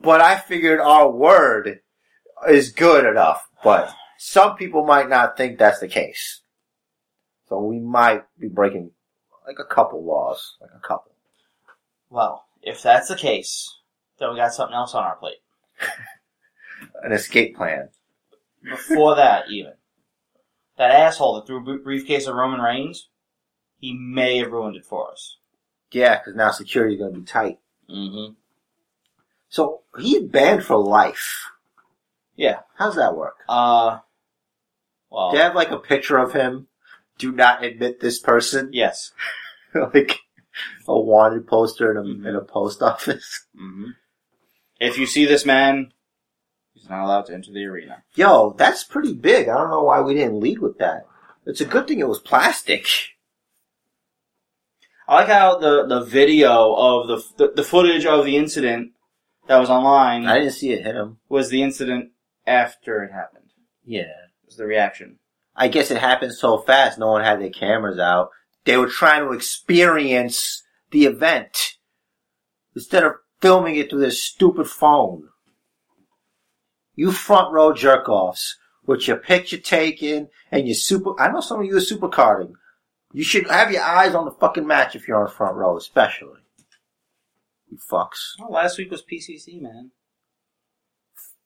but I figured our word is good enough. But some people might not think that's the case, so we might be breaking like a couple laws, like a couple. Well, if that's the case, then we got something else on our plate. An escape plan. Before that, even that asshole that threw a br- briefcase at Roman Reigns, he may have ruined it for us. Yeah, because now security's going to be tight. Mm-hmm. So he's banned for life. Yeah. How's that work? Uh. Well. They have like a picture of him. Do not admit this person. Yes. like a wanted poster in a, in a post office. Mm-hmm. If you see this man, he's not allowed to enter the arena. Yo, that's pretty big. I don't know why we didn't lead with that. It's a good thing it was plastic. I like how the, the video of the, the the footage of the incident that was online I didn't see it hit him. was the incident after it happened. Yeah. It was the reaction. I guess it happened so fast, no one had their cameras out. They were trying to experience the event instead of filming it through their stupid phone. You front row jerk offs with your picture taken and your super. I know some of you are super carding. You should have your eyes on the fucking match if you're on the front row, especially. You fucks. Well, Oh, last week was PCC, man.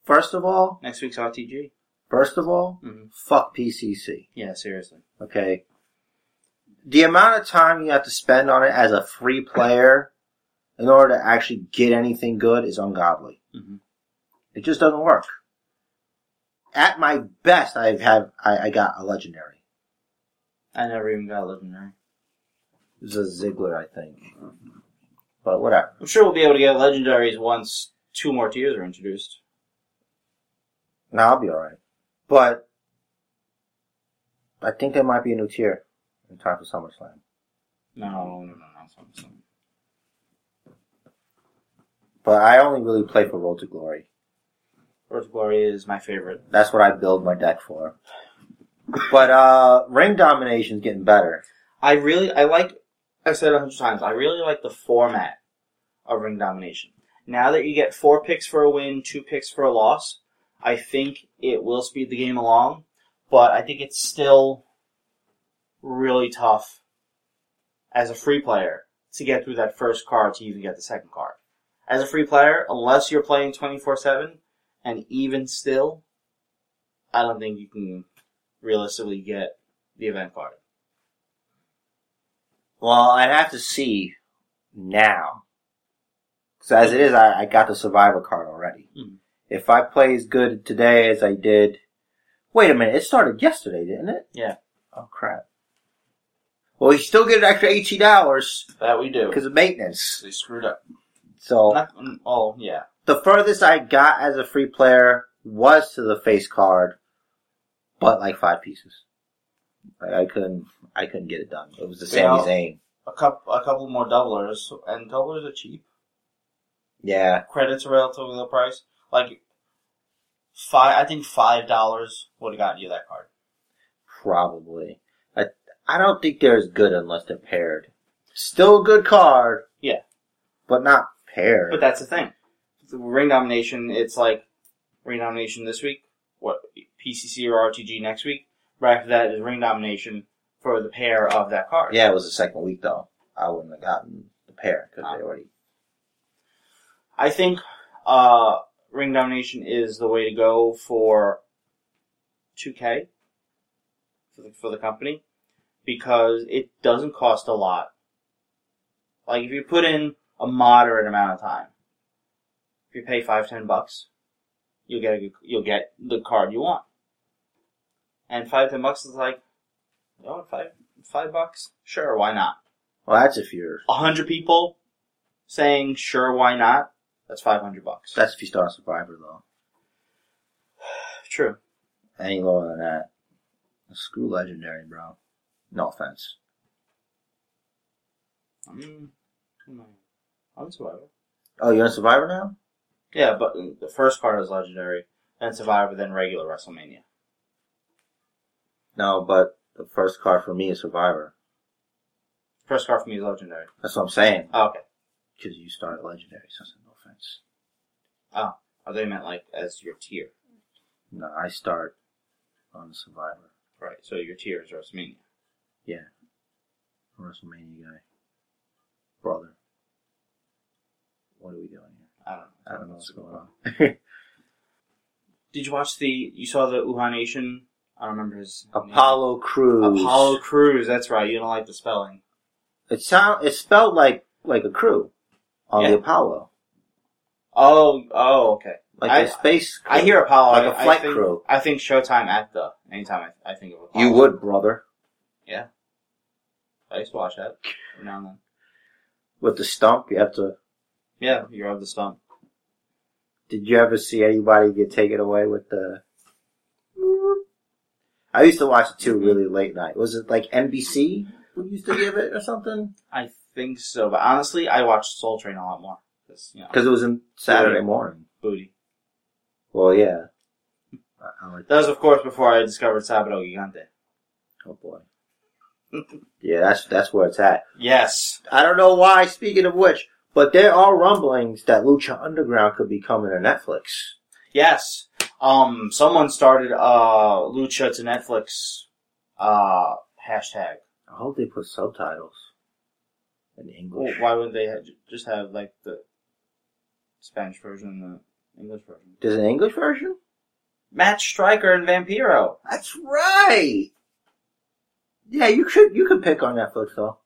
First of all, Next week's RTG. first of all, Mm-hmm. fuck PCC. Yeah, seriously. Okay. The amount of time you have to spend on it as a free player in order to actually get anything good is ungodly. Mm-hmm. It just doesn't work. At my best, I have I, I got a legendary. I never even got a legendary. It was a Ziggler, I think. But whatever. I'm sure we'll be able to get legendaries once two more tiers are introduced. No, I'll be alright. But I think there might be a new tier in time for SummerSlam. No, no, no, no. Some, some. But I only really play for Road to Glory. Road to Glory is my favorite. That's what I build my deck for. But uh ring domination's getting better. I really, I like, I've said it a hundred times, I really like the format of ring domination. Now that you get four picks for a win, two picks for a loss, I think it will speed the game along, but I think it's still really tough as a free player to get through that first card to even get the second card. As a free player, unless you're playing 24-7, and even still, I don't think you can realistically get the event card. Well, I'd have to see now. So as it is, I, I got the survivor card already. Mhm. If I play as good today as I did, wait a minute, it started yesterday, didn't it? Yeah. Oh crap. Well, you still get an extra eighteen hours That we do. because of maintenance. They screwed up. So Not, mm, oh, yeah. the furthest I got as a free player was to the face card, but like five pieces. Like I couldn't, I couldn't get it done. It was the Sami Yeah. Zayn. A couple, a couple more doublers, and doublers are cheap. Yeah, Credits are relatively low price. Like five, I think five dollars would have gotten you that card. probably. I, I don't think they're as good unless they're paired. Still a good card. Yeah. but not paired. But that's the thing. The ring nomination, it's like ring nomination this week. What PCC or RTG next week? Right after that is ring nomination for the pair of that card. yeah, it was the second week though. I wouldn't have gotten the pair because they already. I think uh, ring domination is the way to go for 2K for the, for the company because it doesn't cost a lot. Like if you put in a moderate amount of time, if you pay five ten bucks, you'll get a, good- you'll get the card you want. And five ten bucks is like, you know, what, five five bucks? Sure, why not? Well, that's if you're, A hundred people saying sure, why not? That's five hundred bucks. that's if you start on Survivor though. True. Any lower than that. Screw Legendary, bro. No offense. I'm, I'm Survivor. Oh, you're on Survivor now? Yeah, but the first card is legendary, then Survivor, then regular WrestleMania. No, but the first card for me is Survivor. First card for me is legendary. That's what I'm saying. Oh, okay. Because you started Legendary, so I said no offense. I thought you meant like as your tier. No, I start on Survivor. Right. So your tier is WrestleMania. Yeah. I'm a WrestleMania guy. Brother. What are we doing here? I don't know. I don't know what's going on. Did you watch the? You saw the Uha Nation? I don't remember his name. Apollo Crews. Apollo Cruz. That's right. You don't like the spelling. It sound it spelled like like a crew on Yeah. the Apollo, Oh, oh, okay. like I- a space. Crew. I hear Apollo. Like a I- I flight think- crew. I think Showtime at the anytime I, I think of Apollo. you would, brother, I used to watch that every now and then. with the stump. You have to. Yeah, you're of the stump. Did you ever see anybody get taken away with the? I used to watch it too, really late night. Was it like NBC who used to give it or something? I think so, but honestly, I watched Soul Train a lot more because you know Because it was on Saturday morning. booty. Well, yeah. I- I like- That was, of course, before I discovered Sabado Gigante. oh boy. Yeah, that's that's where it's at. Yes, I don't know why. Speaking of which, but there are rumblings that Lucha Underground could be coming to Netflix. yes. Um, someone started uh Lucha to Netflix uh hashtag. I hope they put subtitles in Well, English. Oh, why would they ha- just have like the Spanish version and the English version? There's an English version? Matt Stryker and Vampiro. That's right. Yeah, you could you could pick on Netflix though.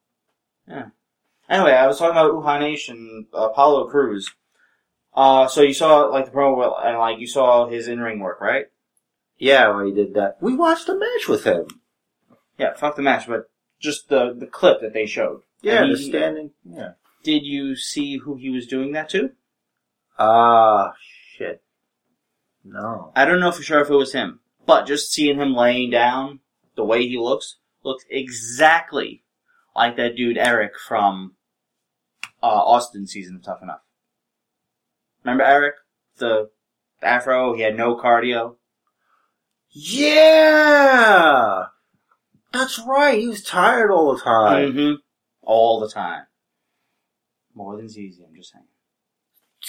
Anyway, I was talking about Uha Nation, Apollo Cruz. Uh, so you saw like the promo well, and like you saw his in ring work, right? Yeah, well, he did that. We watched a match with him. Yeah, fuck the match, but just the the clip that they showed. Yeah, And the he- standing. Yeah. Did you see who he was doing that to? Ah, shit. No. I don't know for sure if it was him, but just seeing him laying down, the way he looks, looks exactly like that dude Eric from uh, Austin season of Tough Enough. Remember Eric, the the afro? He had no cardio. Yeah, that's right. He was tired all the time. Mm-hmm. All the time. More than easy. I'm just saying.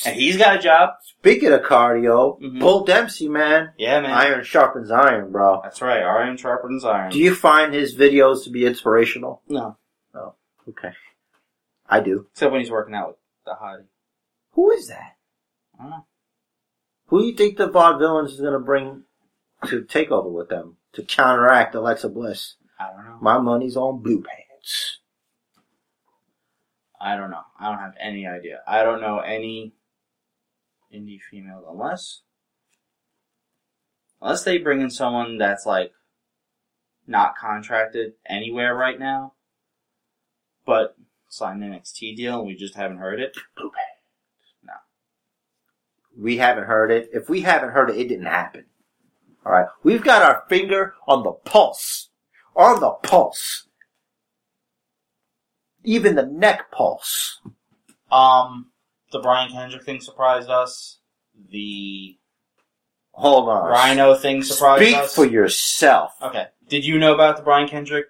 And he's got a job. Speaking of cardio, Mhm. Bull Dempsey, Mm-hmm. man, Yeah, man. iron sharpens iron, bro. That's right. Iron sharpens iron. Do you find his videos to be inspirational? no, Okay. I do. except when he's working out with the hottie. Who is that? I don't know. Who do you think the vaudevillains is going to bring to take over with them to counteract Alexa Bliss? I don't know. My money's on Blue Pants. I don't know. I don't have any idea. I don't know any indie females unless unless they bring in someone that's like not contracted anywhere right now, but signed an NXT deal and we just haven't heard it. We haven't heard it. If we haven't heard it, it didn't happen. All right. We've got our finger on the pulse. On the pulse. Even the neck pulse. Um, the Brian Kendrick thing surprised us. The Hold on. Rhino thing surprised Speak us. for yourself. Okay. Did you know about the Brian Kendrick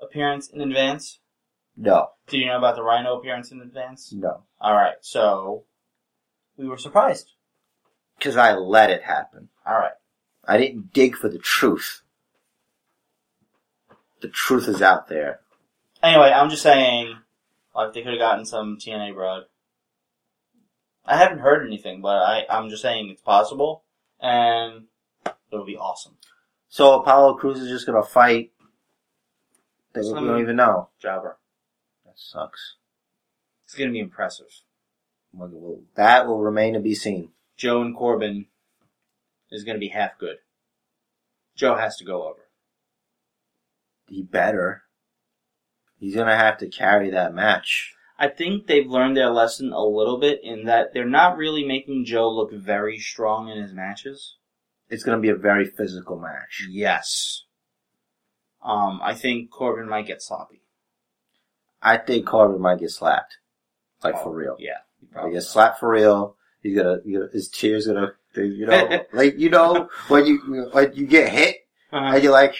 appearance in advance? No, Did you know about the Rhino appearance in advance? no. All right. So we were surprised. Because I let it happen. All right. I didn't dig for the truth. The truth is out there. Anyway, I'm just saying, like they could have gotten some TNA broad. I haven't heard anything, but I I'm just saying it's possible, and it would be awesome. So Apollo Cruz is just going to fight. That we Some- don't even know. Jobber. That sucks. It's gonna be impressive. Well, well, That will remain to be seen. Joe and Corbin is gonna be half good. Joe has to go over. He better. He's gonna have to carry that match. I think they've learned their lesson a little bit in that they're not really making Joe look very strong in his matches. It's gonna be a very physical match. Yes. Um, I think Corbin might get sloppy. I think Corbin might get slapped, like for real. Yeah. he He probably gets slapped for real. He's gonna, you know, his tears gonna, you know, like you know when you when you get hit will. Uh, and you're like,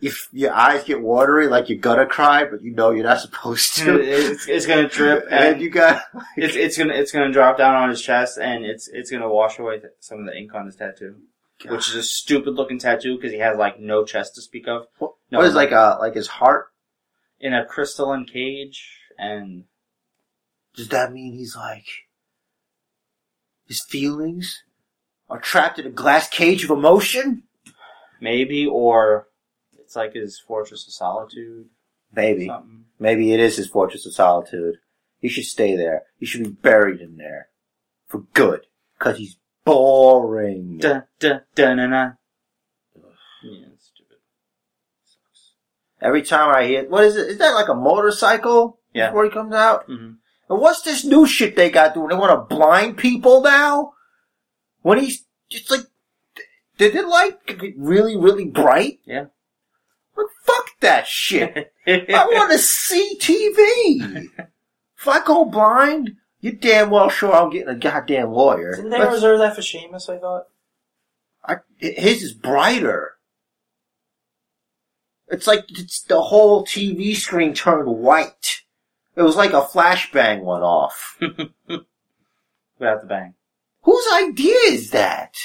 if your eyes get watery, like you're gonna cry, but you know you're not supposed to. it's, it's gonna drip and, and you got it's it's gonna it's gonna drop down on his chest and it's it's gonna wash away th- some of the ink on his tattoo, which is a stupid looking tattoo because he has like no chest to speak of what is like a like his heart? in a crystalline cage and Does that mean he's like his feelings are trapped in a glass cage of emotion? maybe or it's like his fortress of solitude. or Maybe, Something. maybe it is his fortress of solitude. He should stay there. He should be buried in there for good because he's boring. Dun, dun, dun, dun, dun. Yeah, it's stupid. Sucks. Every time I hear, what is it? Is that like a motorcycle? Yeah. Before he comes out? Mhm. And what's this new shit they got doing? They want to blind people now? When he's just like, did it like get really, really bright? Yeah. Like, fuck that shit. I want to see TV. if I go blind, you're damn well sure I'm getting a goddamn lawyer. Didn't they But reserve that for Seamus? I thought. I, his is brighter. It's like it's the whole TV screen turned white. It was like a flashbang went off. Without the bang. Whose idea is that?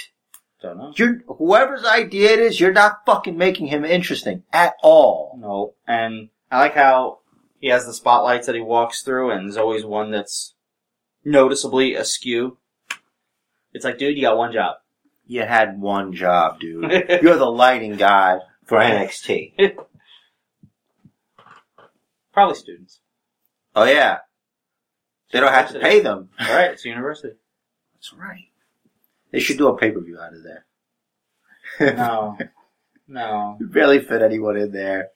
Don't know. You're, whoever's idea it is, you're not fucking making him interesting at all. No, and I like how he has the spotlights that he walks through, and there's always one that's noticeably askew. It's like, dude, you got one job. You had one job, dude. you're the lighting guy for NXT. Probably students. Oh yeah. They don't have to pay them. All right, it's university. That's right. They should do a pay-per-view out of there. No, no. You barely fit anyone in there.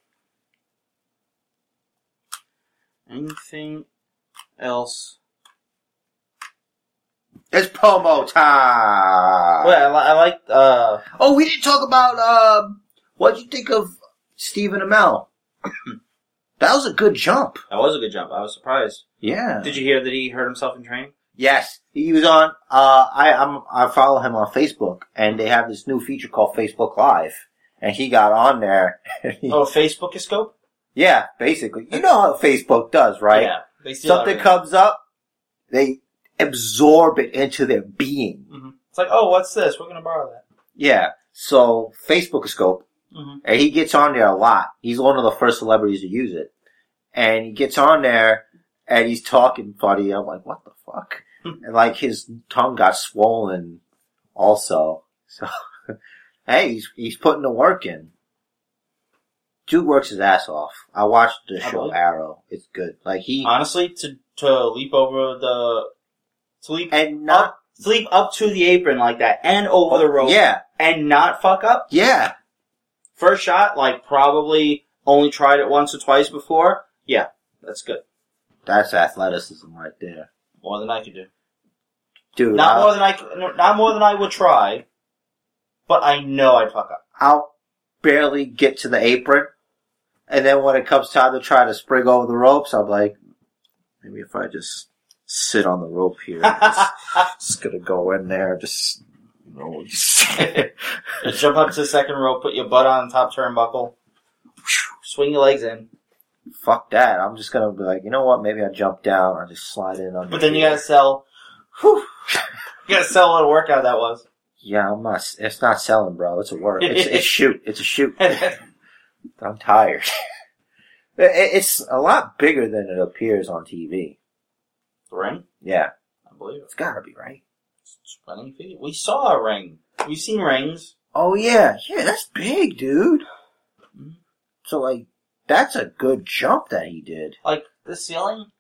Anything else? It's promo time. Wait, I, li- I like. Uh, Oh, we didn't talk about um. What'd you think of Stephen Amell? that was a good jump. that was a good jump. I was surprised. Yeah. Did you hear that he hurt himself in training? yes, he was on. Uh, I I'm, I follow him on Facebook, and they have this new feature called Facebook Live, and he got on there. Oh, Facebook is scope. yeah, basically, you know how Facebook does, right? Yeah, they steal Something everything. comes up, they absorb it into their being. Mhm. It's like, oh, what's this? We're gonna borrow that. Yeah. So Facebook Scope Mhm. and he gets on there a lot. He's one of the first celebrities to use it, and he gets on there and he's talking funny. I'm like, what the fuck? Hmm. and like his tongue got swollen, also. So, hey, he's he's putting the work in. Dude works his ass off. I watched the I show believe it. Arrow. It's good. Like he Honestly, to to leap over the to leap and not up, to leap up to the apron like that and over the rope Yeah, and not fuck up. yeah. First shot, like probably only tried it once or twice before. Yeah, that's good. That's athleticism right there, More than I could do. dude. Not I- more than I c- no, not more than I would try, but I know I'd fuck up. I'll barely get to the apron. And then when it comes time to try to spring over the ropes, I'm like, maybe if I just sit on the rope here, just, just gonna go in there, just, you know, just Just jump up to the second rope, put your butt on the top turnbuckle, swing your legs in. fuck that. I'm just gonna be like, you know what? Maybe I jump down or just slide in on. But then you gotta sell. Whew, you gotta sell what a workout that was. Yeah, I'm not. It's not selling, bro. It's a work. It's, it's shoot. It's a shoot. yeah, I'm tired. It- it's a lot bigger than it appears on TV. The ring? Yeah, I believe it. it's gotta be right. It's 20 feet. We saw a ring. We've seen rings. Oh yeah, yeah, that's big, dude. Mhm. So like, that's a good jump that he did, Like, the ceiling?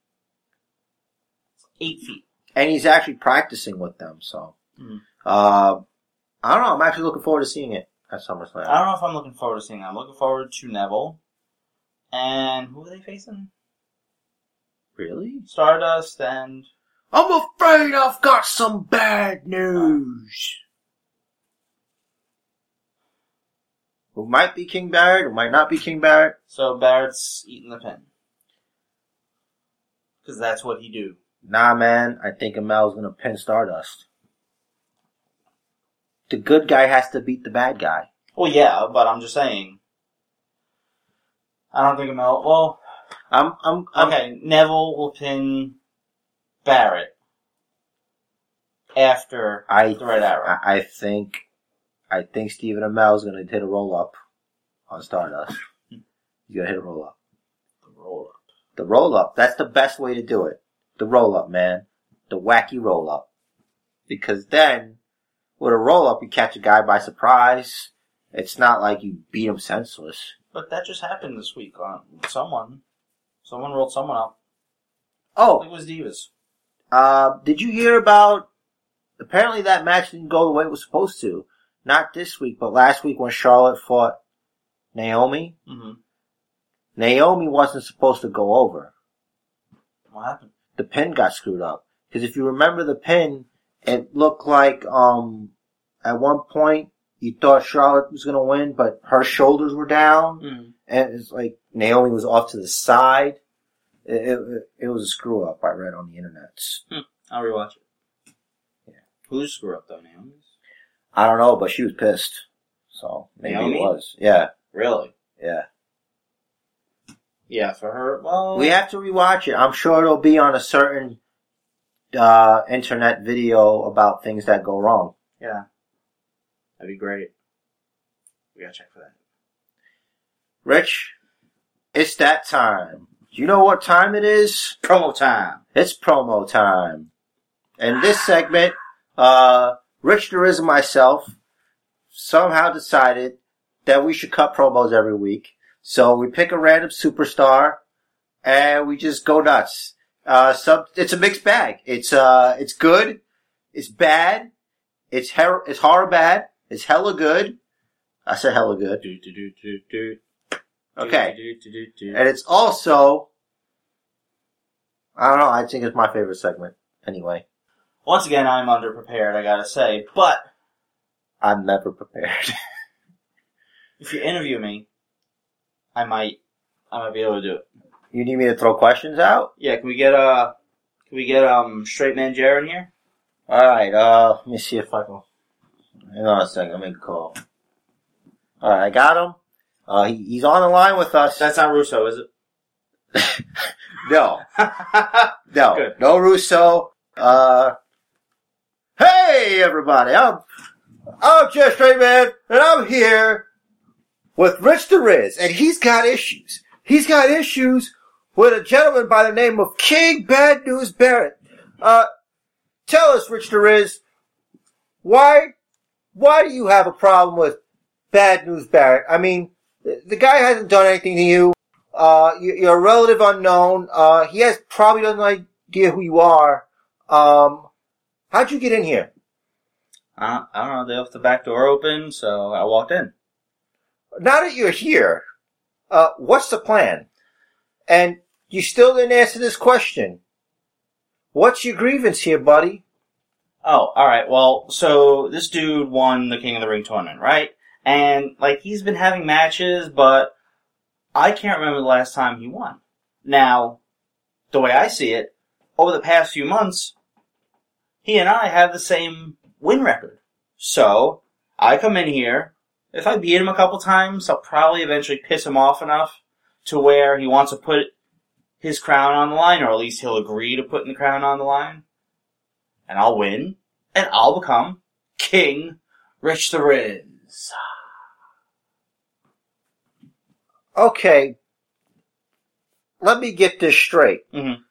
It's 8 feet. and he's actually practicing with them. So, Mhm. uh, I don't know. I'm actually looking forward to seeing it at SummerSlam. I don't know if I'm looking forward to seeing that. I'm looking forward to Neville. And who are they facing? Really? Stardust and I'm afraid I've got some bad news. Who might be King Barrett, who might not be King Barrett. so Barrett's eating the pin. Cause that's what he do. Nah, man, I think Amel's gonna pin Stardust. The good guy has to beat the bad guy. Well, yeah, but I'm just saying. I don't think Amel. Well, I'm, I'm, I'm okay, Neville will pin Barrett after I, the Red Arrow. I, I think, I think Stephen Amel's gonna hit a roll up on Stardust. He's gonna hit a roll up. the roll up. The roll up. That's the best way to do it. The roll up, man. The wacky roll up. Because then, with a roll up, you catch a guy by surprise. It's not like you beat him senseless. But that just happened this week on someone. Someone rolled someone up. I Oh, think it was Divas. uh, did you hear about? Apparently, that match didn't go the way it was supposed to. Not this week, but last week when Charlotte fought Naomi. Mm-hmm. Naomi wasn't supposed to go over. What happened? the pin got screwed up. Because if you remember the pin, it looked like um at one point you thought Charlotte was gonna win, but her shoulders were down, Mm. and it's like Naomi was off to the side. It, it, it was a screw up I read on the internet. I'll rewatch it. Yeah. Who's screw up though, Naomi's? I don't know, but she was pissed. So maybe Naomi? it was. Yeah, Really? yeah. Yeah, for her. Well, We have to rewatch it. I'm sure it'll be on a certain uh internet video about things that go wrong. yeah, that'd be great. We gotta check for that. Rich, it's that time. You know what time it is? Promo time. It's promo time. In this segment, uh, Rich Deriz and myself somehow decided that we should cut promos every week. So we pick a random superstar and we just go nuts. Uh, some, it's a mixed bag. It's, uh, it's good. It's bad. It's her, it's horror bad. It's hella good. I said hella good. Do do do do do. Okay. Do, do, do, do, do. And it's also, I don't know, I think it's my favorite segment. Anyway, Once again, I'm underprepared. I gotta say, but I'm never prepared. if you interview me, I might, I might be able to do it. you need me to throw questions out? Yeah, can we get uh, can we get um, straight man Jared in here? Alright, uh, let me see if I can. Hang on a second, let me call. Alright, I got him. Uh, he, he's on the line with us. That's not Russo, is no, it? no, Good. no Russo. Uh, hey everybody, I'm, I'm Jeff Straight Man, and I'm here with Rich DeRiz, and he's got issues. He's got issues with a gentleman by the name of King Bad News Barrett. Uh, tell us, Rich DeRiz, why, why do you have a problem with Bad News Barrett? I mean, the the guy hasn't done anything to you. Uh, you- you're a relative unknown. Uh, he has probably no idea who you are. Um, how'd you get in here? I don't, I don't know. They left the back door open, so I walked in. now that you're here, uh, what's the plan? And you still didn't answer this question. What's your grievance here, buddy? Oh, all right. Well, so this dude won the King of the Ring tournament, right? And like he's been having matches, but I can't remember the last time he won. Now, the way I see it, over the past few months, he and I have the same win record. So I come in here. If I beat him a couple times, I'll probably eventually piss him off enough to where he wants to put his crown on the line, or at least he'll agree to putting the crown on the line and I'll win, and I'll become King Rich the Riz. Okay. Let me get this straight. Mhm.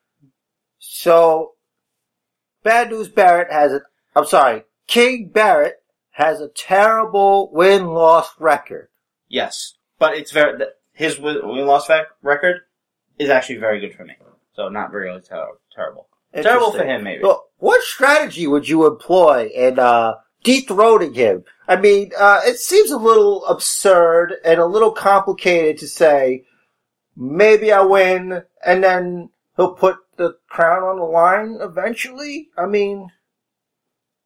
So, Bad News Barrett has a, I'm sorry, King Barrett has a terrible win-loss record. Yes, but it's very th- his win loss record is actually very good for me, so not really ter- terrible. Terrible for Interesting. him, maybe. Well, what strategy would you employ in uh, dethroning him? I mean, uh, it seems a little absurd and a little complicated to say maybe I win, and then he'll put the crown on the line eventually? I mean,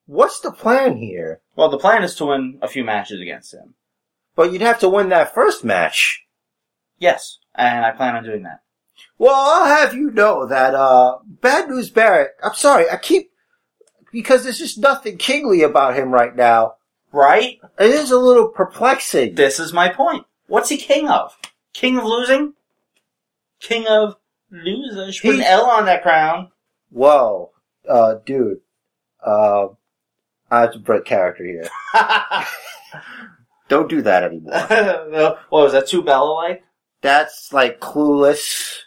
what's the plan here? Well, the plan is to win a few matches against him. But you'd have to win that first match. Yes, and I plan on doing that. Well, I'll have you know that, uh, Bad News Barrett, I'm sorry, I keep, because there's just nothing kingly about him right now. Right? It is a little perplexing. This is my point. What's he king of? King of losing? King of losers. Put an He- L on that crown. Whoa, uh, dude, uh, I have to break character here. Don't do that anymore. what was that? Two Bella like? That's like clueless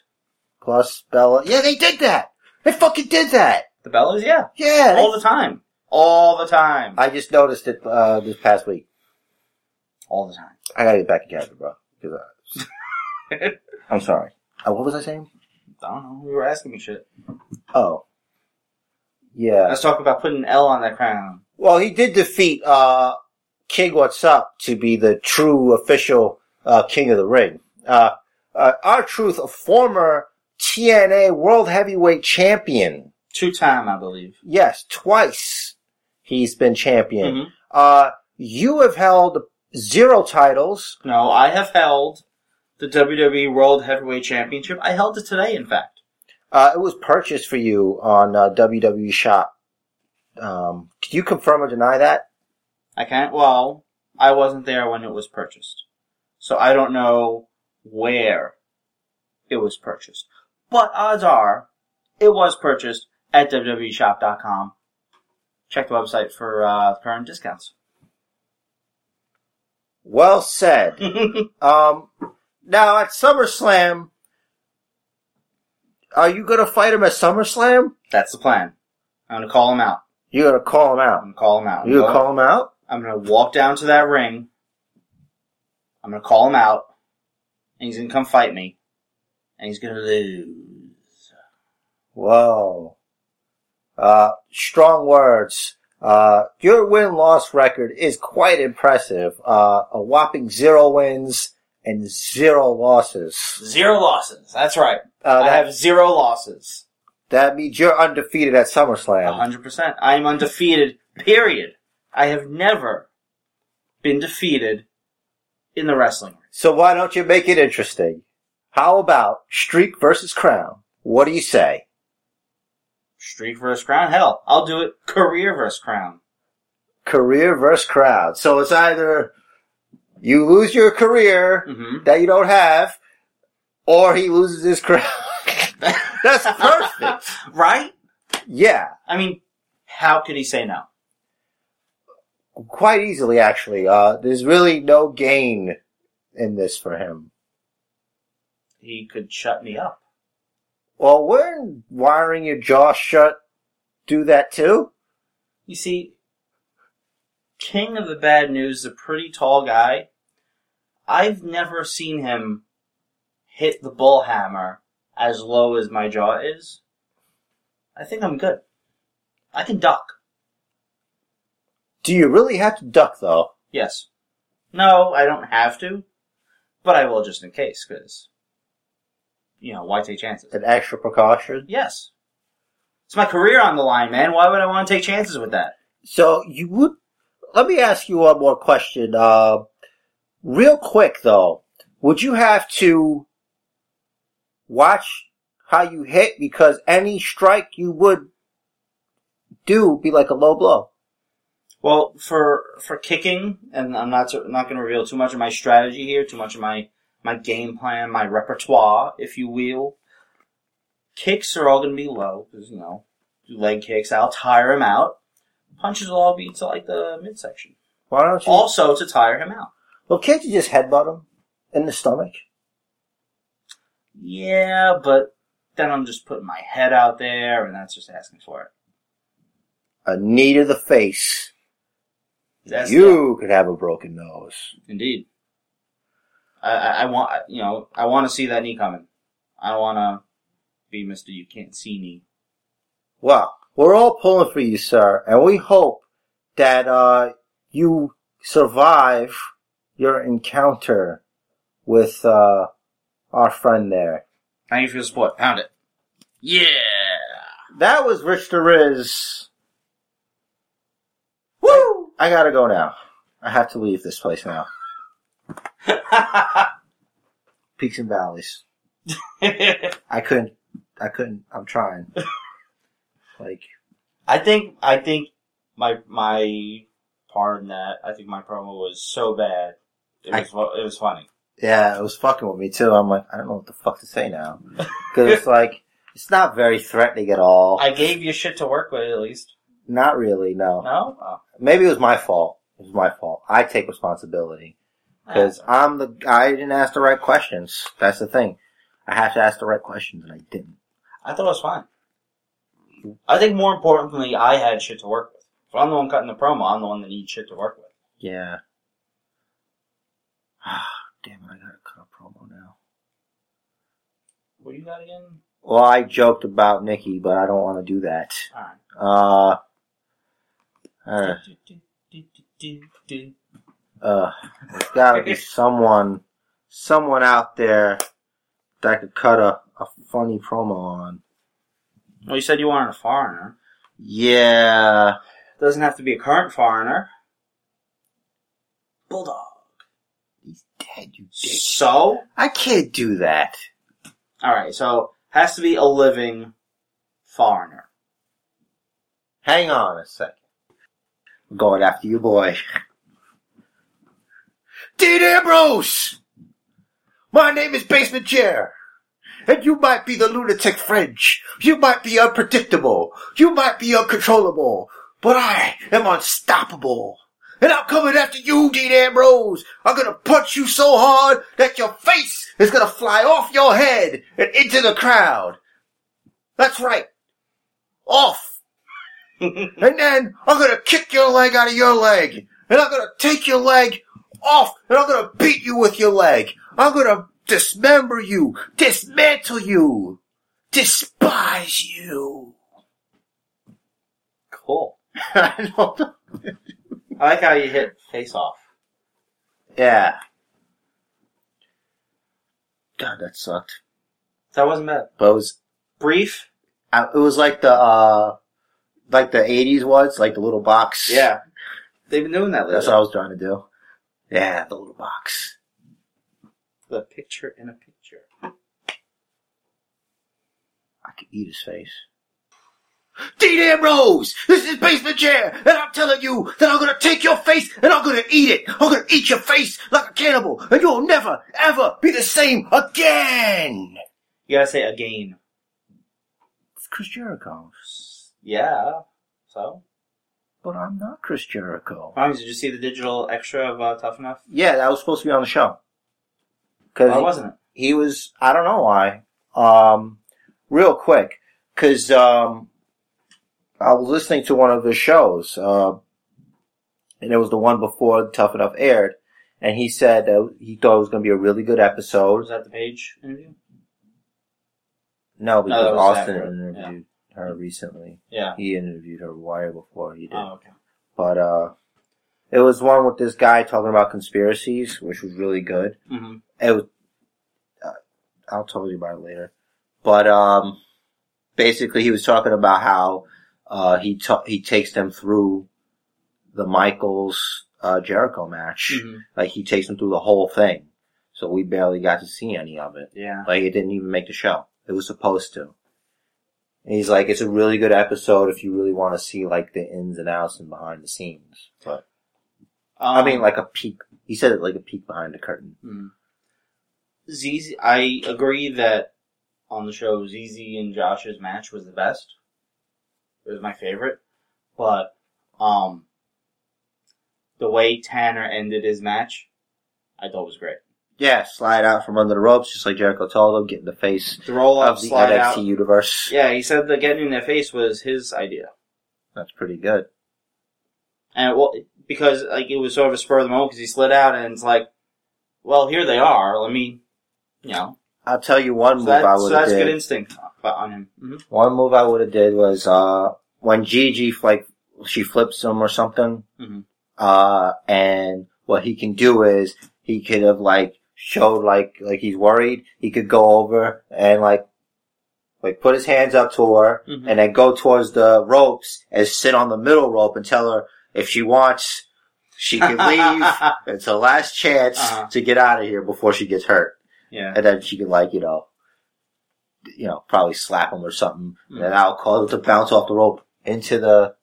plus Bella. Yeah, they did that. They fucking did that. The Bellas, yeah. Yeah. All the time. All the time. I just noticed it uh, this past week. All the time. I gotta get back in character, bro. 'Cause, uh, I'm sorry. Uh, what was I saying? I don't know. You were asking me shit. Oh, yeah. Let's talk about putting an L on that crown. Well, he did defeat uh, King What's Up to be the true official uh, King of the Ring. Uh, uh, our truth, a former TNA World Heavyweight Champion. Two time, I believe. Yes, twice he's been champion. Mhm. Uh, you have held zero titles. No, I have held the WWE World Heavyweight Championship. I held it today, in fact. Uh, it was purchased for you on uh, WWE Shop. Um, can you confirm or deny that? I can't. Well, I wasn't there when it was purchased, so I don't know where it was purchased. But odds are, it was purchased at E WWEShop.com. Check the website for uh, current discounts. Well said. I um, now at SummerSlam, are you gonna fight him at SummerSlam? That's the plan. I'm gonna call him out. You're gonna call him I'm out. gonna call him out. I'm You gonna gonna- call him out? I'm gonna walk down to that ring. I'm gonna call him out, and he's gonna come fight me, and he's gonna lose. Whoa. Uh, strong words. Uh, your win-loss record is quite impressive. Uh, a whopping zero wins and zero losses. Zero losses. That's right. Uh, I that, have zero losses. that means you're undefeated at SummerSlam. 100%. I am undefeated, period. I have never been defeated in the wrestling ring. So why don't you make it interesting? How about Streak versus Crown? What do you say? Streak versus crown? Hell, I'll do it. Career versus crown. Career versus crowd. So it's either you lose your career hmm that you don't have, or he loses his crown. That's perfect. right? Yeah, I mean, how could he say no? quite easily actually. Uh, there's really no gain in this for him. He could shut me up. Well, wouldn't wiring your jaw shut do that too? You see, King of the Bad News is a pretty tall guy. I've never seen him hit the bull hammer as low as my jaw is. I think I'm good. I can duck. Do you really have to duck though? Yes. No, I don't have to, but I will just in case, because, you know, why take chances? An extra precaution. Yes. It's my career on the line, man. Why would I want to take chances with that? So you would. Let me ask you one more question. Uh, real quick though, would you have to watch how you hit because any strike you would do would be like a low blow? Well, for for kicking, and I'm not I'm not going to reveal too much of my strategy here, too much of my my game plan, my repertoire, if you will. Kicks are all going to be low because you know, do leg kicks. I'll tire him out. Punches will all be to like the midsection. Why don't you? Also to tire him out. Well, can't you just headbutt him in the stomach? Yeah, but then I'm just putting my head out there, and that's just asking for it. A knee to the face. That's you could have a broken nose. Indeed. I, I, I want I- you know I want to see that knee coming. I don't want to be Mister You Can't See Knee. Well, we're all pulling for you, sir, and we hope that uh, you survive your encounter with uh, our friend there. Thank you for your support. Pound it. Yeah. That was Rich the Riz. Woo! I gotta go now. I have to leave this place now. Peaks and valleys. I couldn't. I couldn't. I'm trying. like I think I think my my part in that I think my promo was so bad. It I- was fu- it was funny. Yeah, it was fucking with me too. I'm like, I don't know what the fuck to say now. Cause it's like, it's not very threatening at all. I gave you shit to work with at least. not really, no. No, oh. Maybe it was my fault. It was my fault. I take responsibility. Oh. Cause I'm the, I didn't ask the right questions. That's the thing. I have to ask the right questions and I didn't. I thought it was fine. I think more importantly, I had shit to work with. If I'm the one cutting the promo, I'm the one that needs shit to work with. Yeah. Damn it, I gotta cut a promo now. What do you got again? Well, I joked about Nikki, but I don't want to do that. All right. Uh, uh, uh, there's gotta be someone, someone out there that could cut a, a funny promo on. Well, you said you wanted a foreigner. Yeah, Doesn't have to be a current foreigner. Bulldog. he's dead, you dick. So, I can't do that. all right. So has to be a living foreigner. Hang on a second. I'm going after you, boy. Dean Ambrose! My name is Basement Chair. And you might be the lunatic fringe. You might be unpredictable. You might be uncontrollable. But I am unstoppable. And I'm coming after you, Dean Ambrose. I'm gonna punch you so hard that your face is gonna fly off your head and into the crowd. That's right. Off. And then I'm gonna kick your leg out of your leg. And I'm gonna take your leg off. And I'm gonna beat you with your leg. I'm gonna dismember you. Dismantle you. Despise you. cool. I don't- I like how you hit face off. yeah. God, that sucked. That wasn't bad. But it was, Brief. I- it was like the, uh, like the 80s was, like the little box. Yeah. They've been doing that lately. That's what I was trying to do. Yeah, the little box. The picture in a picture. I could eat his face. Dean Ambrose, this is Basement Chair, and I'm telling you that I'm gonna take your face and I'm gonna eat it. I'm gonna eat your face like a cannibal, and you'll never, ever be the same again. You gotta say again. It's Chris Jericho, Yeah. So? but I'm not Chris Jericho. Moms, did you see the digital extra of uh, Tough Enough? Yeah, that was supposed to be on the show. Cause Why wasn't it? he was I don't know why. Um, real quick, because um, I was listening to one of the shows, uh, and it was the one before Tough Enough aired, and he said that he thought it was going to be a really good Was episode. that the page interview? No, because that was Austin Zach, right? interviewed her recently. Yeah. He interviewed her wire before he did, Oh, okay. but uh, it was one with this guy talking about conspiracies, which was really good. Mm-hmm. it was, Eh, uh, I'll tell you about it later. But um, basically, he was talking about how uh, he ta- he takes them through the Michaels uh, Jericho match. hmm Like he takes them through the whole thing. So we barely got to see any of it. Yeah. Like it didn't even make the show. It was supposed to. And he's like, it's a really good episode if you really want to see like the ins and outs and behind the scenes. But Um, I mean, like a peek. He said it like a peek behind the curtain. mm. ZZ, I agree that on the show, ZZ and Josh's match was the best. It was my favorite. But, um, the way Tanner ended his match, I thought was great. Yeah, slide out from under the ropes, just like Jericho told him, get in the face The roll up, of the slide NXT out. universe. Yeah, he said that getting in their face was his idea, That's pretty good. and well, because like it was sort of a spur of the moment because he slid out and it's like, well, here they are. Let me, you know, I'll tell you one so, move that- I so would have that's did. good instinct on- on him. hmm one move I would have did was uh when Gigi like she flips him or something, Mhm. uh, and what he can do is he could have like showed like like he's worried, he could go over and like like put his hands up to her Mhm. and then go towards the ropes and sit on the middle rope and tell her if she wants she can leave. it's her last chance Uh-huh. to get out of here before she gets hurt. yeah. And then she could like, you know, you know, probably slap him or something. Mm. And then I'll cause it to bounce off the rope into the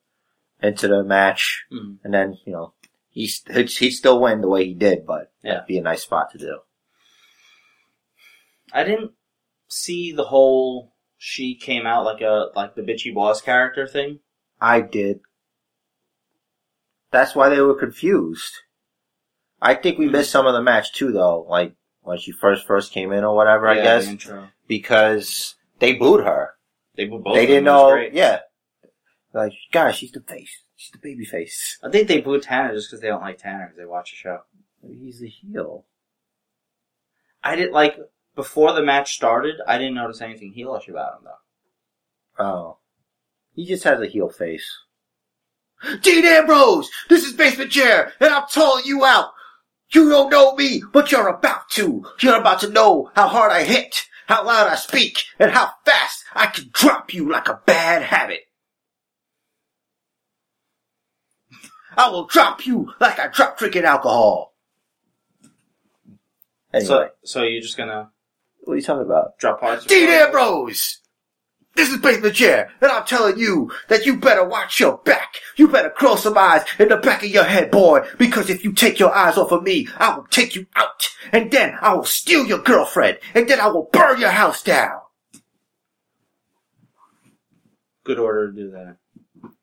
into the match. Mhm. And then, you know, he's he'd, he'd still win the way he did, but Yeah. that'd be a nice spot to do. I didn't see the whole she came out like a like the bitchy boss character thing. I did. That's why they were confused. I think we missed some of the match too, though. Like when she first first came in or whatever, I Yeah, guess, the intro. because they booed her. They were both. they of didn't them. It was know. great. Yeah, like God, she's the face. She's the baby face. I think they booed Tanner just because they don't like Tanner because they watch the show. He's the heel. I didn't like before the match started. I didn't notice anything heelish about him though. Oh, he just has a heel face. Dean Ambrose, this is Basement Chair, and I'm calling you out. You don't know me, but you're about to. You're about to know how hard I hit, how loud I speak, and how fast I can drop you like a bad habit. I will drop you like I drop drinking alcohol. Anyway, So so you're just gonna what are you talking about? drop parts. of- Dean Ambrose! This is Basement Chair, and I'm telling you that you better watch your back. You better cross some eyes in the back of your head, boy, because if you take your eyes off of me, I will take you out, and then I will steal your girlfriend, and then I will burn your house down. Good order to do that.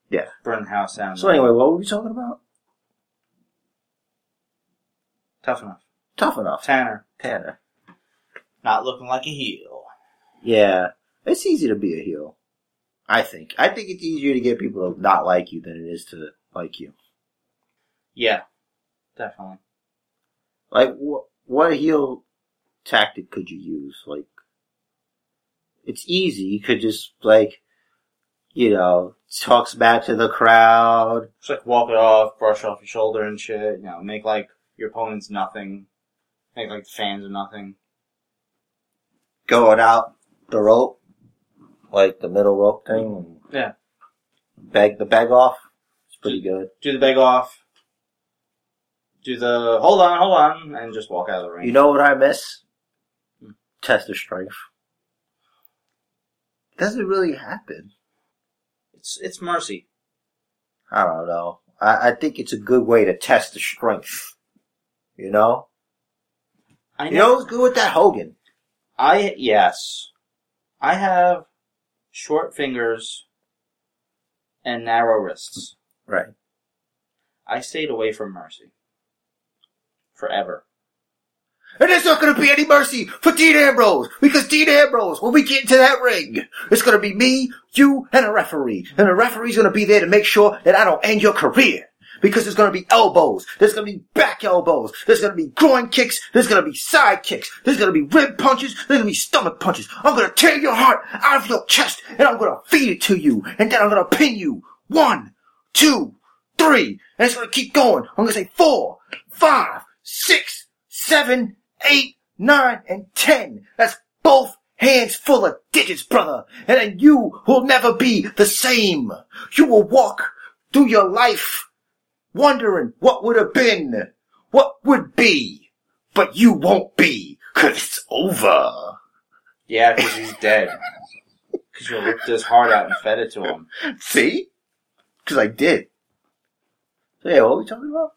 Yeah. Burn the house down. what were we talking about? tough enough. Tough enough. Tanner Tanner. not looking like a heel. Yeah, it's easy to be a heel. I think. I think it's easier to get people to not like you than it is to like you. Yeah, definitely. Like, what what heel tactic could you use? Like, it's easy. You could just like, you know, talk back to the crowd. Just like walk it off, brush off your shoulder and shit. You know, make like your opponents nothing. Make like the fans are nothing. going out the rope, like the middle rope thing. Yeah. Bag the bag off. It's pretty good. Do the beg off. Do the hold on, hold on, and just walk out of the ring. You know what I miss? Test of strength. Doesn't really happen. it's it's mercy. I don't know. I, I think it's a good way to test the strength. You know? I You know who's good with that? Hogan. I yes, I have short fingers and narrow wrists. Right. I stayed away from mercy forever. And there's not going to be any mercy for Dean Ambrose because Dean Ambrose, when we get into that ring, it's going to be me, you, and a referee. And the referee's going to be there to make sure that I don't end your career because there's going to be elbows. There's going to be back elbows. There's going to be groin kicks. There's going to be side kicks. There's going to be rib punches. There's going to be stomach punches. I'm going to tear your heart out of your chest and I'm going to feed it to you. And then I'm going to pin you. One, two, three, and it's gonna keep going. I'm gonna say four, five, six, seven, eight, nine, and ten. That's both hands full of digits, brother. And then you will never be the same. You will walk through your life wondering what would have been, what would be, but you won't be, cause it's over. Yeah, because he's dead. Because you ripped his heart out and fed it to him. See? Cause I did. So yeah, what are we talking about?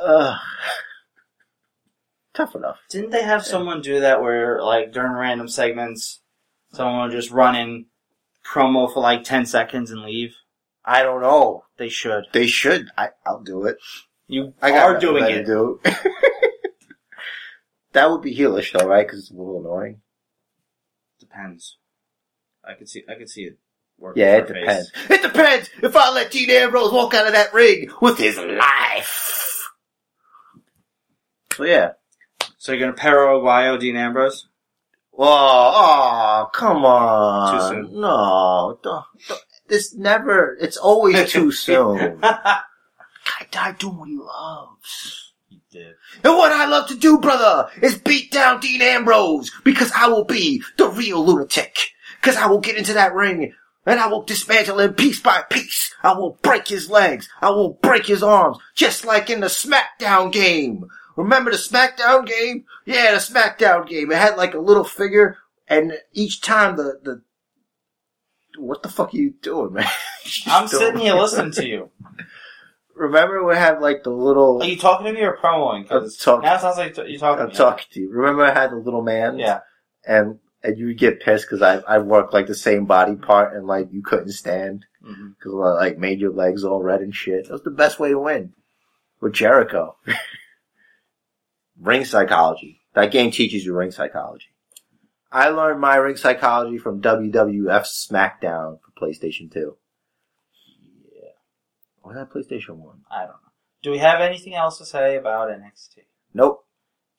uh, tough enough. Didn't they have someone do that where, like, during random segments, someone would just run in promo for like ten seconds and leave? I don't know. They should. They should. I, I'll do it. You I got are nothing doing better to it. do. that would be heelish though, right? Cause it's a little annoying. Depends. I could see. I could see it. Working Yeah, it for a face. depends. It depends if I let Dean Ambrose walk out of that ring with his life. So yeah. So you're gonna Pero Aguayo, Dean Ambrose. Whoa, oh, come on. Too soon. No, don't, don't- this never, it's always too soon. I died doing what he loves. You did. And what I love to do, brother, is beat down Dean Ambrose because I will be the real lunatic. Because I will get into that ring and I will dismantle him piece by piece. I will break his legs. I will break his arms, just like in the SmackDown game. Remember the SmackDown game? Yeah, the SmackDown game. It had like a little figure, and each time the the what the fuck are you doing, man? I'm sitting here listening to you. Remember we had like the little. Are you talking to me or promoing? Because I'm talking. now it sounds like you're talking. I'm to me. talking to you. Remember I had the little man? Yeah. And and you would get pissed because I I worked like the same body part and like you couldn't stand Mhm. because I like made your legs all red and shit. That was the best way to win with Jericho. ring psychology. That game teaches you ring psychology. I learned my ring psychology from WWF SmackDown for PlayStation 2. Yeah. Was that PlayStation 1? I don't know. Do we have anything else to say about NXT? Nope.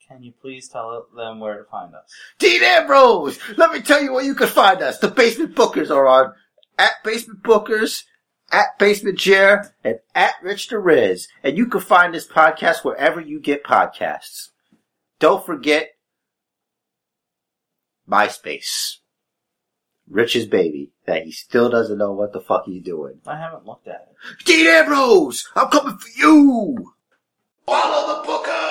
Can you please tell them where to find us? Dean Ambrose. Let me tell you where you can find us. The Basement Bookers are on at Basement Bookers, at Basement Chair, and at Rich the Riz. And you can find this podcast wherever you get podcasts. Don't forget MySpace. Rich's baby that he still doesn't know what the fuck he's doing. I haven't looked at it. Dean Ambrose, I'm coming for you. Follow the Booker.